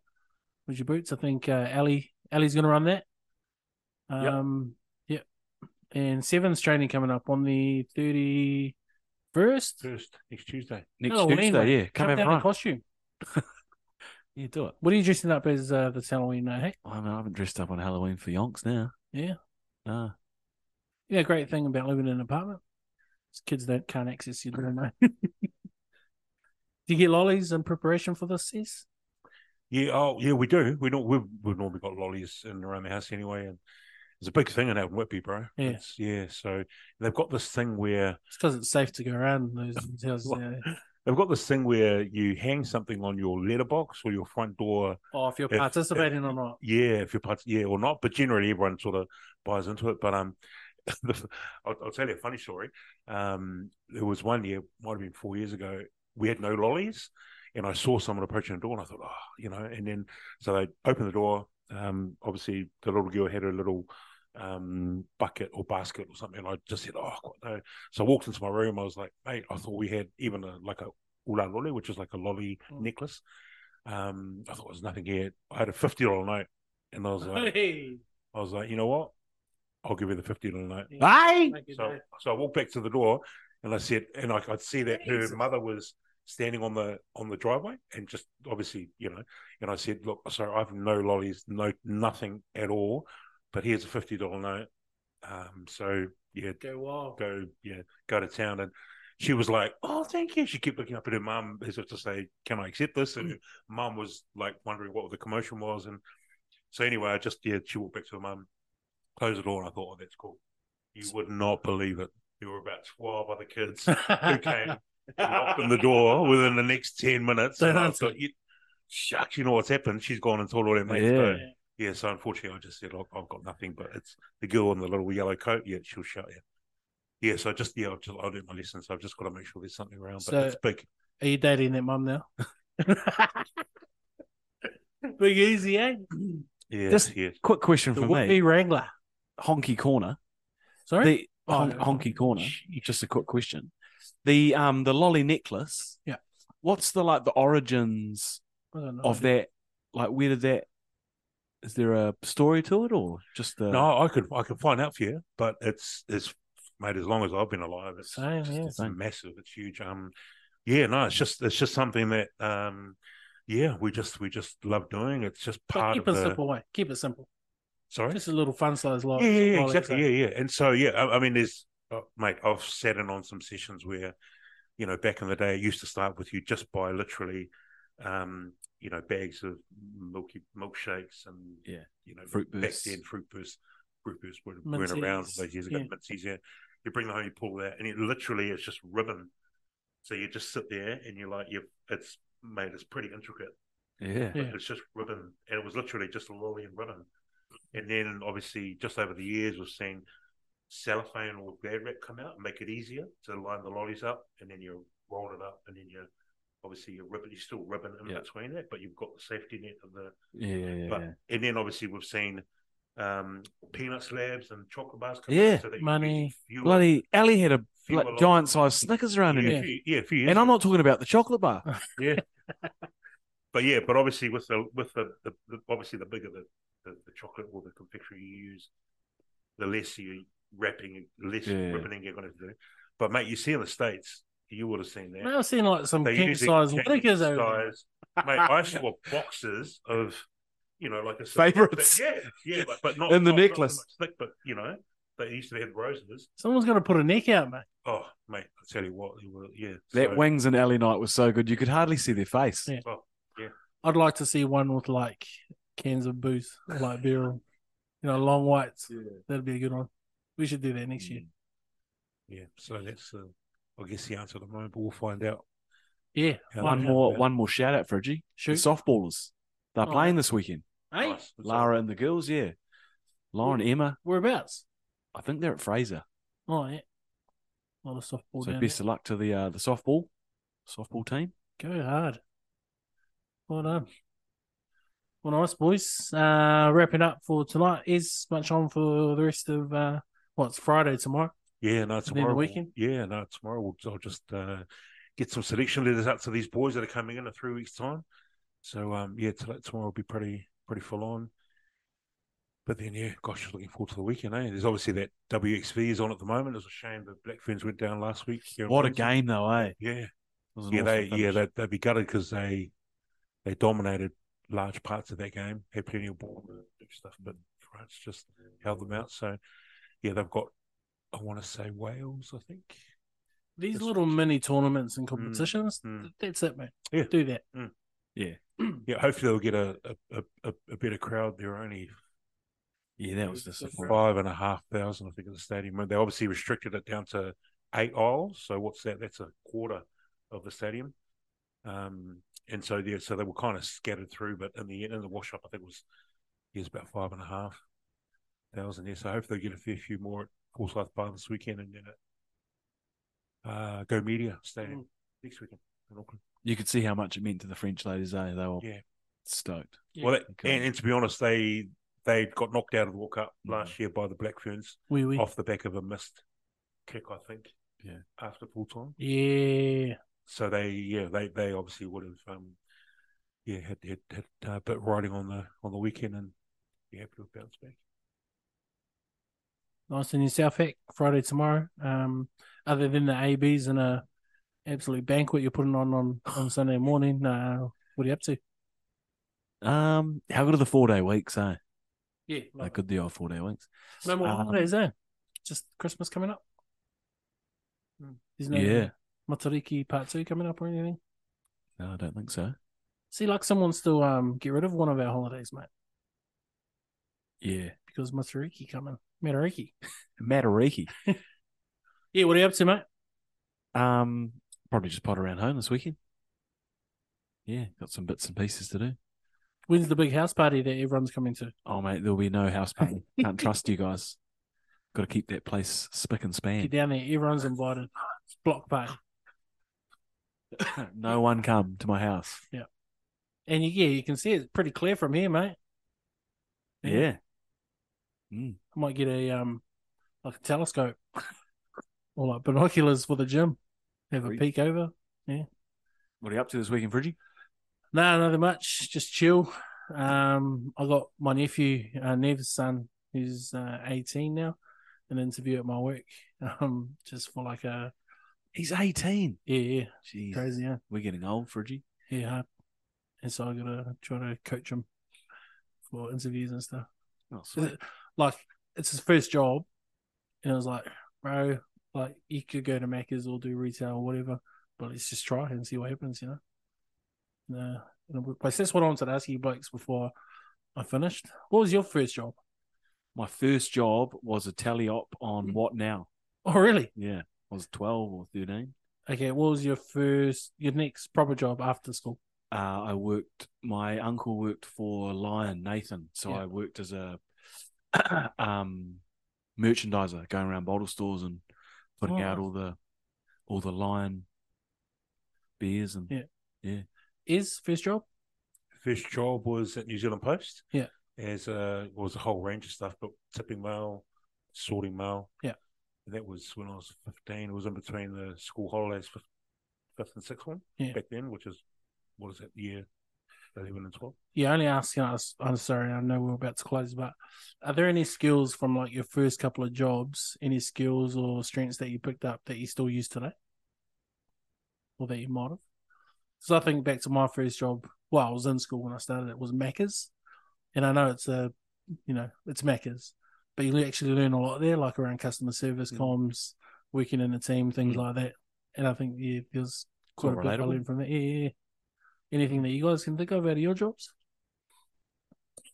[SPEAKER 6] with your boots. I think uh Ali Ali's gonna run that.
[SPEAKER 7] Yep.
[SPEAKER 6] Um yep. And seven's training coming up on the thirty first.
[SPEAKER 8] first next Tuesday.
[SPEAKER 7] Next
[SPEAKER 6] Halloween,
[SPEAKER 7] Tuesday,
[SPEAKER 6] mate.
[SPEAKER 7] yeah. Come,
[SPEAKER 6] down
[SPEAKER 7] have a
[SPEAKER 6] in
[SPEAKER 7] run.
[SPEAKER 6] costume.
[SPEAKER 7] Yeah, do it.
[SPEAKER 6] What are you dressing up as uh, this Halloween, uh, Hick?
[SPEAKER 7] I mean, I haven't dressed up on Halloween for yonks now.
[SPEAKER 6] Yeah.
[SPEAKER 7] Nah.
[SPEAKER 6] Yeah, great thing about living in an apartment. is Kids don't can't access you. Don't know. Do you get lollies in preparation for this? Is
[SPEAKER 8] Yeah, oh yeah, we do. We don't. We've, we've normally got lollies in around the house anyway, and it's a big thing in out in Whitby, bro.
[SPEAKER 6] Yeah.
[SPEAKER 8] It's- yeah. So they've got this thing where
[SPEAKER 6] it's because it's safe to go around in those houses. yeah.
[SPEAKER 8] they've got this thing where you hang something on your letterbox or your front door.
[SPEAKER 6] Or Oh, if you're
[SPEAKER 8] If-
[SPEAKER 6] participating or not.
[SPEAKER 8] Yeah, if you're part, yeah or not, but generally everyone sort of buys into it. But um, the, I'll, I'll tell you a funny story. Um, there was one year, might have been four years ago, we had no lollies, and I saw someone approaching the door, and I thought, oh, you know, and then so they opened the door. Um, obviously the little girl had her little um bucket or basket or something. And I just said, oh, God, no. so I walked into my room. I was like, mate, I thought we had even a like a ula lolly, which is like a lolly necklace. Um, I thought there was nothing here. I had a fifty dollar note, and I was like,
[SPEAKER 6] Hey,
[SPEAKER 8] I was like, you know what? I'll give you the fifty dollar note.
[SPEAKER 7] Aye.
[SPEAKER 6] thank you,
[SPEAKER 8] So,
[SPEAKER 6] Dave.
[SPEAKER 8] so I walked back to the door, and I said, and I could see that her mother was standing on the on the driveway, and just obviously, you know. And I said, look, sorry, I've no lollies, no nothing at all, but here's a fifty dollar note. Um, so yeah,
[SPEAKER 6] Go wild.
[SPEAKER 8] go yeah, go to town, and she was like, oh, thank you. She kept looking up at her mum as if to say, can I accept this? And her mum was like wondering what the commotion was, and so anyway, I just yeah, she walked back to her mum, closed the door, and I thought, oh, that's cool. You would not believe it. There were about twelve other kids who came and knocked on the door within the next ten minutes.
[SPEAKER 6] Don't
[SPEAKER 8] And I
[SPEAKER 6] answer.
[SPEAKER 8] thought, you, shucks, you know what's happened? She's gone and told all her mates.
[SPEAKER 7] Yeah.
[SPEAKER 8] So, yeah. So unfortunately, I just said, look, I've got nothing. But it's the girl in the little yellow coat. Yeah, she'll shut you. Yeah, so I just yeah, I've just I'll do my lesson. So I've just got to make sure there's something around. But
[SPEAKER 6] So-
[SPEAKER 8] it's big.
[SPEAKER 6] Are you dating that mum now? Big easy, eh?
[SPEAKER 8] Mm-hmm. Yeah,
[SPEAKER 7] Just-
[SPEAKER 8] yeah.
[SPEAKER 7] Quick question
[SPEAKER 6] The
[SPEAKER 7] for me.
[SPEAKER 6] whoopee wrangler.
[SPEAKER 7] Honky Corner.
[SPEAKER 6] Sorry.
[SPEAKER 7] The hon-
[SPEAKER 6] Oh,
[SPEAKER 7] Honky Corner.
[SPEAKER 6] Jeez.
[SPEAKER 7] Just a quick question. The um the lolly necklace.
[SPEAKER 6] Yeah.
[SPEAKER 7] What's the like the origins
[SPEAKER 6] I don't know.
[SPEAKER 7] of that? Like where did that is there a story to it or just the
[SPEAKER 8] No, I could I could find out for you, but it's it's made as long as I've been alive. It's,
[SPEAKER 6] Same,
[SPEAKER 8] just-
[SPEAKER 6] yeah,
[SPEAKER 8] it's
[SPEAKER 7] same.
[SPEAKER 8] massive. It's huge. Um, yeah, no, it's just it's just something that um, yeah, we just we just love doing. It's just
[SPEAKER 6] But
[SPEAKER 8] part
[SPEAKER 6] keep
[SPEAKER 8] of
[SPEAKER 6] it
[SPEAKER 8] the
[SPEAKER 6] simple, way. Keep it simple.
[SPEAKER 8] sorry.
[SPEAKER 6] Just a little fun size lot.
[SPEAKER 8] yeah, yeah, yeah, exactly. Yeah, yeah. And so yeah, I, I mean, there's uh, mate, I've sat in on some sessions where you know back in the day, it used to start with you just by literally. Um, you know, bags of milky milkshakes and
[SPEAKER 7] Yeah.
[SPEAKER 8] you know,
[SPEAKER 7] Fruit
[SPEAKER 8] back
[SPEAKER 7] bursts.
[SPEAKER 8] then fruit bursts, fruit bursts weren't, weren't around
[SPEAKER 6] Minties,
[SPEAKER 8] those years ago.
[SPEAKER 6] yeah.
[SPEAKER 8] Minties, yeah. You bring them home, you pull that, and it literally is just ribbon. So you just sit there and you're like, you it's made it's pretty intricate.
[SPEAKER 7] Yeah.
[SPEAKER 6] Yeah.
[SPEAKER 8] It's just ribbon, and it was literally just a lolly and ribbon. And then obviously, just over the years, we've seen cellophane or glad wrap come out and make it easier to line the lollies up, and then you roll it up, and then you obviously you ribbon, you still ribbon in
[SPEAKER 7] Yeah.
[SPEAKER 8] between that, but you've got the safety net of the
[SPEAKER 7] Yeah. yeah,
[SPEAKER 8] but
[SPEAKER 7] yeah.
[SPEAKER 8] and then obviously we've seen um peanut slabs and chocolate bars. come out
[SPEAKER 7] Yeah,
[SPEAKER 8] so that you
[SPEAKER 6] money,
[SPEAKER 8] use fuel-
[SPEAKER 7] Bloody Ali had a
[SPEAKER 8] fuel a lot.
[SPEAKER 7] giant sized Snickers around
[SPEAKER 8] yeah,
[SPEAKER 7] in
[SPEAKER 8] yeah,
[SPEAKER 7] here.
[SPEAKER 8] a few- yeah, a few years
[SPEAKER 7] And I'm
[SPEAKER 8] ago.
[SPEAKER 7] not talking about the chocolate bar.
[SPEAKER 8] But yeah, but obviously with the with the, the, the obviously the bigger the, the, the chocolate or the confectionery you use, the less you wrapping, less
[SPEAKER 7] Yeah.
[SPEAKER 8] ribboning you're going to do. But mate, you see in the states, you would have seen that.
[SPEAKER 6] Now I've seen like some
[SPEAKER 8] They
[SPEAKER 6] king
[SPEAKER 8] usually
[SPEAKER 6] size
[SPEAKER 8] check
[SPEAKER 6] liquors
[SPEAKER 8] the
[SPEAKER 6] over there.
[SPEAKER 8] size. Mate, I saw boxes of, you know, like a
[SPEAKER 7] Favourites.
[SPEAKER 8] Yeah, yeah, but, but not
[SPEAKER 7] In the
[SPEAKER 8] not- not so
[SPEAKER 7] necklace.
[SPEAKER 8] much thick, but you know, they used to have roses.
[SPEAKER 6] Someone's got to put a neck out, mate.
[SPEAKER 8] Oh, mate, I tell you what, they were, yeah,
[SPEAKER 7] That
[SPEAKER 8] so-
[SPEAKER 7] wings and alley night was so good you could hardly see their face.
[SPEAKER 6] Yeah.
[SPEAKER 8] Oh,
[SPEAKER 6] I'd like to see one with like cans of booze, like beer, you know, long whites. That'd be a good one. We should do that next
[SPEAKER 8] Mm.
[SPEAKER 6] year.
[SPEAKER 8] yeah. So that's, uh, I guess, the answer at the moment. But we'll find out.
[SPEAKER 6] Yeah,
[SPEAKER 8] Yeah,
[SPEAKER 7] One
[SPEAKER 8] Yeah.
[SPEAKER 7] more one more shout out, Fridgie. The
[SPEAKER 6] Shoot,
[SPEAKER 7] softballers. They're
[SPEAKER 6] Oh,
[SPEAKER 7] playing this weekend.
[SPEAKER 6] hey,
[SPEAKER 8] Nice.
[SPEAKER 7] Lara and the girls, yeah. Lara and Emma,
[SPEAKER 6] whereabouts?
[SPEAKER 7] I think they're at Fraser.
[SPEAKER 6] Oh yeah, a lot of softball.
[SPEAKER 7] so
[SPEAKER 6] down
[SPEAKER 7] best of luck to the uh, the softball softball team.
[SPEAKER 6] there. Go hard. Well done. Well, nice boys. Uh, wrapping up for tonight is much on for the rest of uh, what's Friday tomorrow.
[SPEAKER 8] Yeah, no,
[SPEAKER 6] the
[SPEAKER 8] tomorrow. we'll-
[SPEAKER 6] weekend?
[SPEAKER 8] Yeah, no, tomorrow we'll, I'll just uh, get some selection letters out to these boys that are coming in in three weeks' time. So um, yeah, t- tomorrow will be pretty pretty full on. But then yeah, gosh, just looking forward to the weekend. Eh? There's obviously that WXV is on at the moment. It's a shame the Black Ferns went down last week. here in
[SPEAKER 7] What a
[SPEAKER 8] Queensland.
[SPEAKER 7] game though, eh? It
[SPEAKER 8] Yeah,
[SPEAKER 7] was an
[SPEAKER 8] yeah,
[SPEAKER 7] awesome
[SPEAKER 8] they yeah
[SPEAKER 7] finish.
[SPEAKER 8] they they'd be gutted because they they dominated large parts of that game, had plenty of ball and do stuff, but France just held them out. So, yeah, they've got, I want to say Wales, I think.
[SPEAKER 6] These
[SPEAKER 8] That's
[SPEAKER 6] little mini tournaments and competitions,
[SPEAKER 8] mm.
[SPEAKER 6] th- that's it, mate.
[SPEAKER 8] Yeah.
[SPEAKER 6] Do that.
[SPEAKER 8] Yeah, hopefully they'll get a, a, a, a better crowd. There are only
[SPEAKER 7] Yeah, that was disappointing.
[SPEAKER 8] five and a half thousand, I think, at the stadium. And They obviously restricted it down to eight aisles. So what's that? That's a quarter of the stadium. Um, and so yeah, so they were kind of scattered through, but in the in the wash up, I think it was yeah, it's about five and a half thousand there. So hopefully they'll get a fair few more at Forsyth Bar this weekend and then at uh, Go Media Stadium next weekend in Auckland.
[SPEAKER 7] You could see how much it meant to the French ladies, eh? They were
[SPEAKER 8] Yeah.
[SPEAKER 7] stoked.
[SPEAKER 8] Well, that,
[SPEAKER 7] Okay.
[SPEAKER 8] and, and to be honest, they they got knocked out of the World Cup
[SPEAKER 7] Mhm.
[SPEAKER 8] last year by the Black Ferns.
[SPEAKER 6] We we.
[SPEAKER 8] off the back of a missed kick, I think.
[SPEAKER 7] Yeah.
[SPEAKER 8] After full time,
[SPEAKER 6] Yeah.
[SPEAKER 8] so they yeah they they obviously would have um yeah had had, had uh, bit riding on the on the weekend and be happy to have bounced back.
[SPEAKER 6] Nice in yourself, Hack. Friday tomorrow. Um, other than the ABs and a absolute banquet you're putting on on, on Sunday morning, uh, what are you up to?
[SPEAKER 7] Um, how good are the four day weeks, eh?
[SPEAKER 6] Yeah,
[SPEAKER 7] How good the old four day weeks?
[SPEAKER 6] no more
[SPEAKER 7] um,
[SPEAKER 6] holidays, eh? Just Christmas coming up.
[SPEAKER 8] Hmm.
[SPEAKER 6] There's no
[SPEAKER 7] yeah.
[SPEAKER 6] Matariki Part Two coming up or anything.
[SPEAKER 7] No, I don't think so.
[SPEAKER 6] See, like someone's still um get rid of one of our holidays, mate,
[SPEAKER 7] Yeah.
[SPEAKER 6] because Matariki coming. Matariki.
[SPEAKER 7] Matariki.
[SPEAKER 6] Yeah, what are you up to, mate?
[SPEAKER 7] Um, probably just pot around home this weekend. Yeah, got some bits and pieces to do.
[SPEAKER 6] When's the big house party that everyone's coming to?
[SPEAKER 7] Oh mate, there'll be no house party. Can't trust you guys. Got to keep that place spick and
[SPEAKER 6] Get
[SPEAKER 7] span.
[SPEAKER 6] down there. Everyone's invited. It's block party.
[SPEAKER 7] no one come to my house.
[SPEAKER 6] And you, yeah, you can see it's pretty clear from here, mate. Yeah.
[SPEAKER 7] Yeah.
[SPEAKER 6] I might get a um like a telescope or like binoculars for the gym. Have a
[SPEAKER 7] Sweet.
[SPEAKER 6] peek over.
[SPEAKER 7] What are you up to this weekend, Fridgie?
[SPEAKER 6] No, nothing much. Just chill. Um, I got my nephew, uh, Nev's son, who's uh, 18 now, an interview at my work. Um, just for like a
[SPEAKER 7] He's eighteen.
[SPEAKER 6] yeah, yeah,
[SPEAKER 7] Jeez,
[SPEAKER 6] crazy, yeah,
[SPEAKER 7] we're getting old, Fridgie.
[SPEAKER 6] yeah. hard. And so I gotta try to coach him for interviews and stuff.
[SPEAKER 7] Oh,
[SPEAKER 6] sweet. like it's his first job, and I was like, bro, like you could go to Macca's or do retail or whatever, but let's just try and see what happens, you know. No, in a workplace. That's what I wanted to ask you blokes before I finished. What was your first job?
[SPEAKER 7] My first job was a tally op on what now?
[SPEAKER 6] Oh, really?
[SPEAKER 7] Yeah, I was twelve or thirteen.
[SPEAKER 6] Okay. What was your first, your next proper job after school?
[SPEAKER 7] uh, I worked. My uncle worked for Lion Nathan, so
[SPEAKER 6] Yeah.
[SPEAKER 7] I worked as a um, merchandiser, going around bottle stores and putting
[SPEAKER 6] Oh,
[SPEAKER 7] out
[SPEAKER 6] nice.
[SPEAKER 7] all the all the Lion beers and
[SPEAKER 6] Yeah. Is first job?
[SPEAKER 8] First job was at New Zealand Post.
[SPEAKER 6] Yeah.
[SPEAKER 8] as a was a whole range of stuff, but tipping mail, sorting mail.
[SPEAKER 6] Yeah.
[SPEAKER 8] and that was when I was fifteen. It was in between the school holidays, fifth, fifth and sixth one
[SPEAKER 6] Yeah.
[SPEAKER 8] back then, which is what is that year eleven and twelve.
[SPEAKER 6] Yeah, only asking us. I'm sorry, I know we're about to close, but are there any skills from like your first couple of jobs, any skills or strengths that you picked up that you still use today, or that you might have? So I think back to my first job. Well, I was in school when I started. It was Macca's, and I know it's a, you know, it's Macca's, but you actually learn a lot there, like around customer service, comms, working in a team, things like that. And I think yeah, there's quite
[SPEAKER 7] Quite
[SPEAKER 6] a bit I
[SPEAKER 7] relatable.
[SPEAKER 6] learned from that. Yeah, yeah, yeah. Anything that you guys can think of out of your jobs?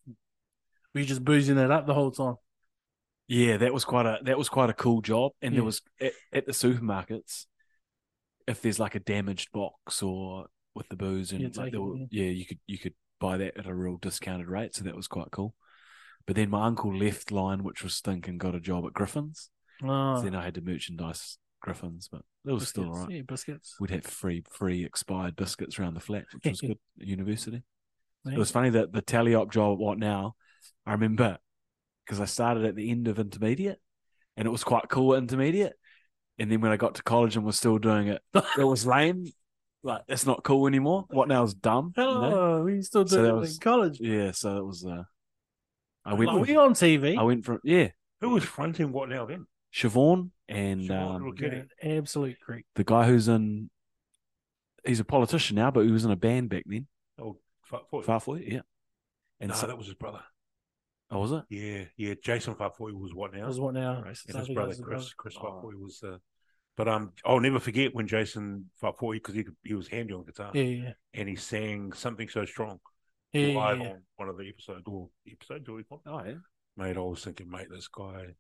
[SPEAKER 6] Were you just boozing it up the whole time?
[SPEAKER 7] Yeah, that was quite a that was quite a cool job. And there
[SPEAKER 6] Yeah.
[SPEAKER 7] was at, at the supermarkets, if there's like a damaged box or with the booze and
[SPEAKER 6] Yeah,
[SPEAKER 7] like
[SPEAKER 6] take
[SPEAKER 7] there
[SPEAKER 6] it,
[SPEAKER 7] were-
[SPEAKER 6] yeah.
[SPEAKER 7] yeah, you could you could buy that at a real discounted rate, so that was quite cool. But then my uncle left Lion, which was stink, and got a job at Griffin's.
[SPEAKER 6] Oh,
[SPEAKER 7] Then I had to merchandise Griffin's, but that was still all right.
[SPEAKER 6] Yeah, biscuits.
[SPEAKER 7] We'd have free free expired biscuits around the flat, which was good at university.
[SPEAKER 6] Yeah.
[SPEAKER 7] It was funny that the tally op job at what now, I remember because I started at the end of intermediate and it was quite cool at intermediate. And then when I got to college and was still doing it, it was lame. Like it's not cool anymore. What now is dumb. you know?
[SPEAKER 6] Hello, we still
[SPEAKER 7] So
[SPEAKER 6] do
[SPEAKER 7] that
[SPEAKER 6] it
[SPEAKER 7] was-
[SPEAKER 6] in college.
[SPEAKER 7] Yeah, so it was uh I
[SPEAKER 6] Like,
[SPEAKER 7] went
[SPEAKER 6] we
[SPEAKER 7] with,
[SPEAKER 6] on TV.
[SPEAKER 7] I went from yeah,
[SPEAKER 8] Who was fronting what now then?
[SPEAKER 7] Siobhan and
[SPEAKER 8] Siobhan
[SPEAKER 7] um,
[SPEAKER 8] Rookie.
[SPEAKER 6] Yeah, absolute creep.
[SPEAKER 7] the guy who's in he's a politician now, but he was in a band back then.
[SPEAKER 8] Oh, Farfoy.
[SPEAKER 7] Farfoy, yeah. And
[SPEAKER 8] no,
[SPEAKER 7] so,
[SPEAKER 8] that was his brother.
[SPEAKER 7] oh, was it?
[SPEAKER 8] Yeah, yeah. Jason Farfoy was what now?
[SPEAKER 6] That was what now?
[SPEAKER 8] and
[SPEAKER 6] I
[SPEAKER 8] his
[SPEAKER 6] think
[SPEAKER 8] brother
[SPEAKER 6] that was the
[SPEAKER 8] Chris. Chris
[SPEAKER 7] Oh.
[SPEAKER 8] Farfoy was the. But um, I'll never forget when Jason Farfoy because he could, he was handy on guitar
[SPEAKER 6] Yeah, yeah,
[SPEAKER 8] and he sang something so strong
[SPEAKER 6] yeah. yeah,
[SPEAKER 8] live
[SPEAKER 6] yeah.
[SPEAKER 8] on one of the episodes or episodes or whatnot.
[SPEAKER 7] Oh, yeah.
[SPEAKER 8] Mate, I was thinking, mate, this guy.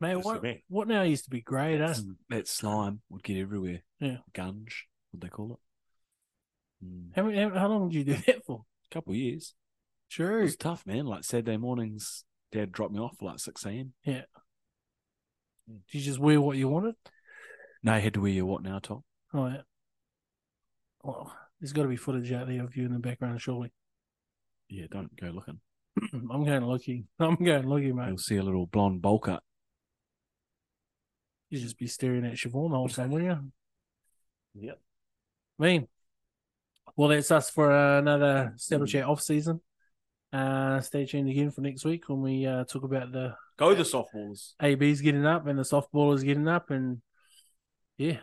[SPEAKER 6] Mate,
[SPEAKER 8] That's the
[SPEAKER 6] what,
[SPEAKER 8] man.
[SPEAKER 6] what now used to be great, eh?
[SPEAKER 7] Mm. That slime would get everywhere.
[SPEAKER 6] Yeah.
[SPEAKER 7] Gunge, what they call it. Mm,
[SPEAKER 6] How, many- how, how long did you do that for?
[SPEAKER 7] couple years. It
[SPEAKER 6] True.
[SPEAKER 7] was tough, man. Like Saturday mornings, Dad dropped me off at like 6 a.m.
[SPEAKER 6] Did you just wear what you wanted?
[SPEAKER 7] No, you had to wear your what now, Tom?
[SPEAKER 6] Oh, yeah. Well, there's got to be footage out there of you in the background, surely.
[SPEAKER 7] Yeah, don't go looking.
[SPEAKER 6] I'm going looking. I'm going looking, mate.
[SPEAKER 7] You'll see a little blonde bulker.
[SPEAKER 6] You'd just be staring at Siobhan the whole time, wouldn't you?
[SPEAKER 7] Yep.
[SPEAKER 6] Mean. Well, that's us for another Stable Chat off season. Uh, stay tuned again for next week when we uh, talk about the
[SPEAKER 7] Go the softballs.
[SPEAKER 6] AB's getting up and the softballers getting up, and yeah,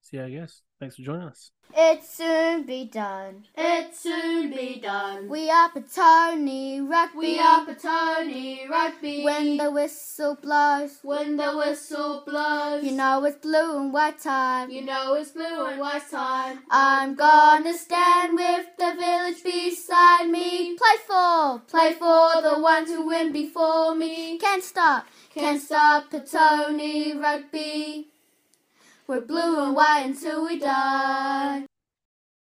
[SPEAKER 6] see how it goes. Thanks for joining us.
[SPEAKER 9] It soon be done.
[SPEAKER 10] It soon be done.
[SPEAKER 9] We are Petone Rugby.
[SPEAKER 10] We are Petone Rugby.
[SPEAKER 9] When the whistle blows,
[SPEAKER 10] when the whistle blows,
[SPEAKER 9] you know it's blue and white time.
[SPEAKER 10] you know it's blue and white time.
[SPEAKER 9] I'm gonna stand with the village beside me. Play for,
[SPEAKER 10] Play for the ones who win before me.
[SPEAKER 9] Can't stop,
[SPEAKER 10] Can't stop Petone Rugby.
[SPEAKER 9] We're blue and white until we die.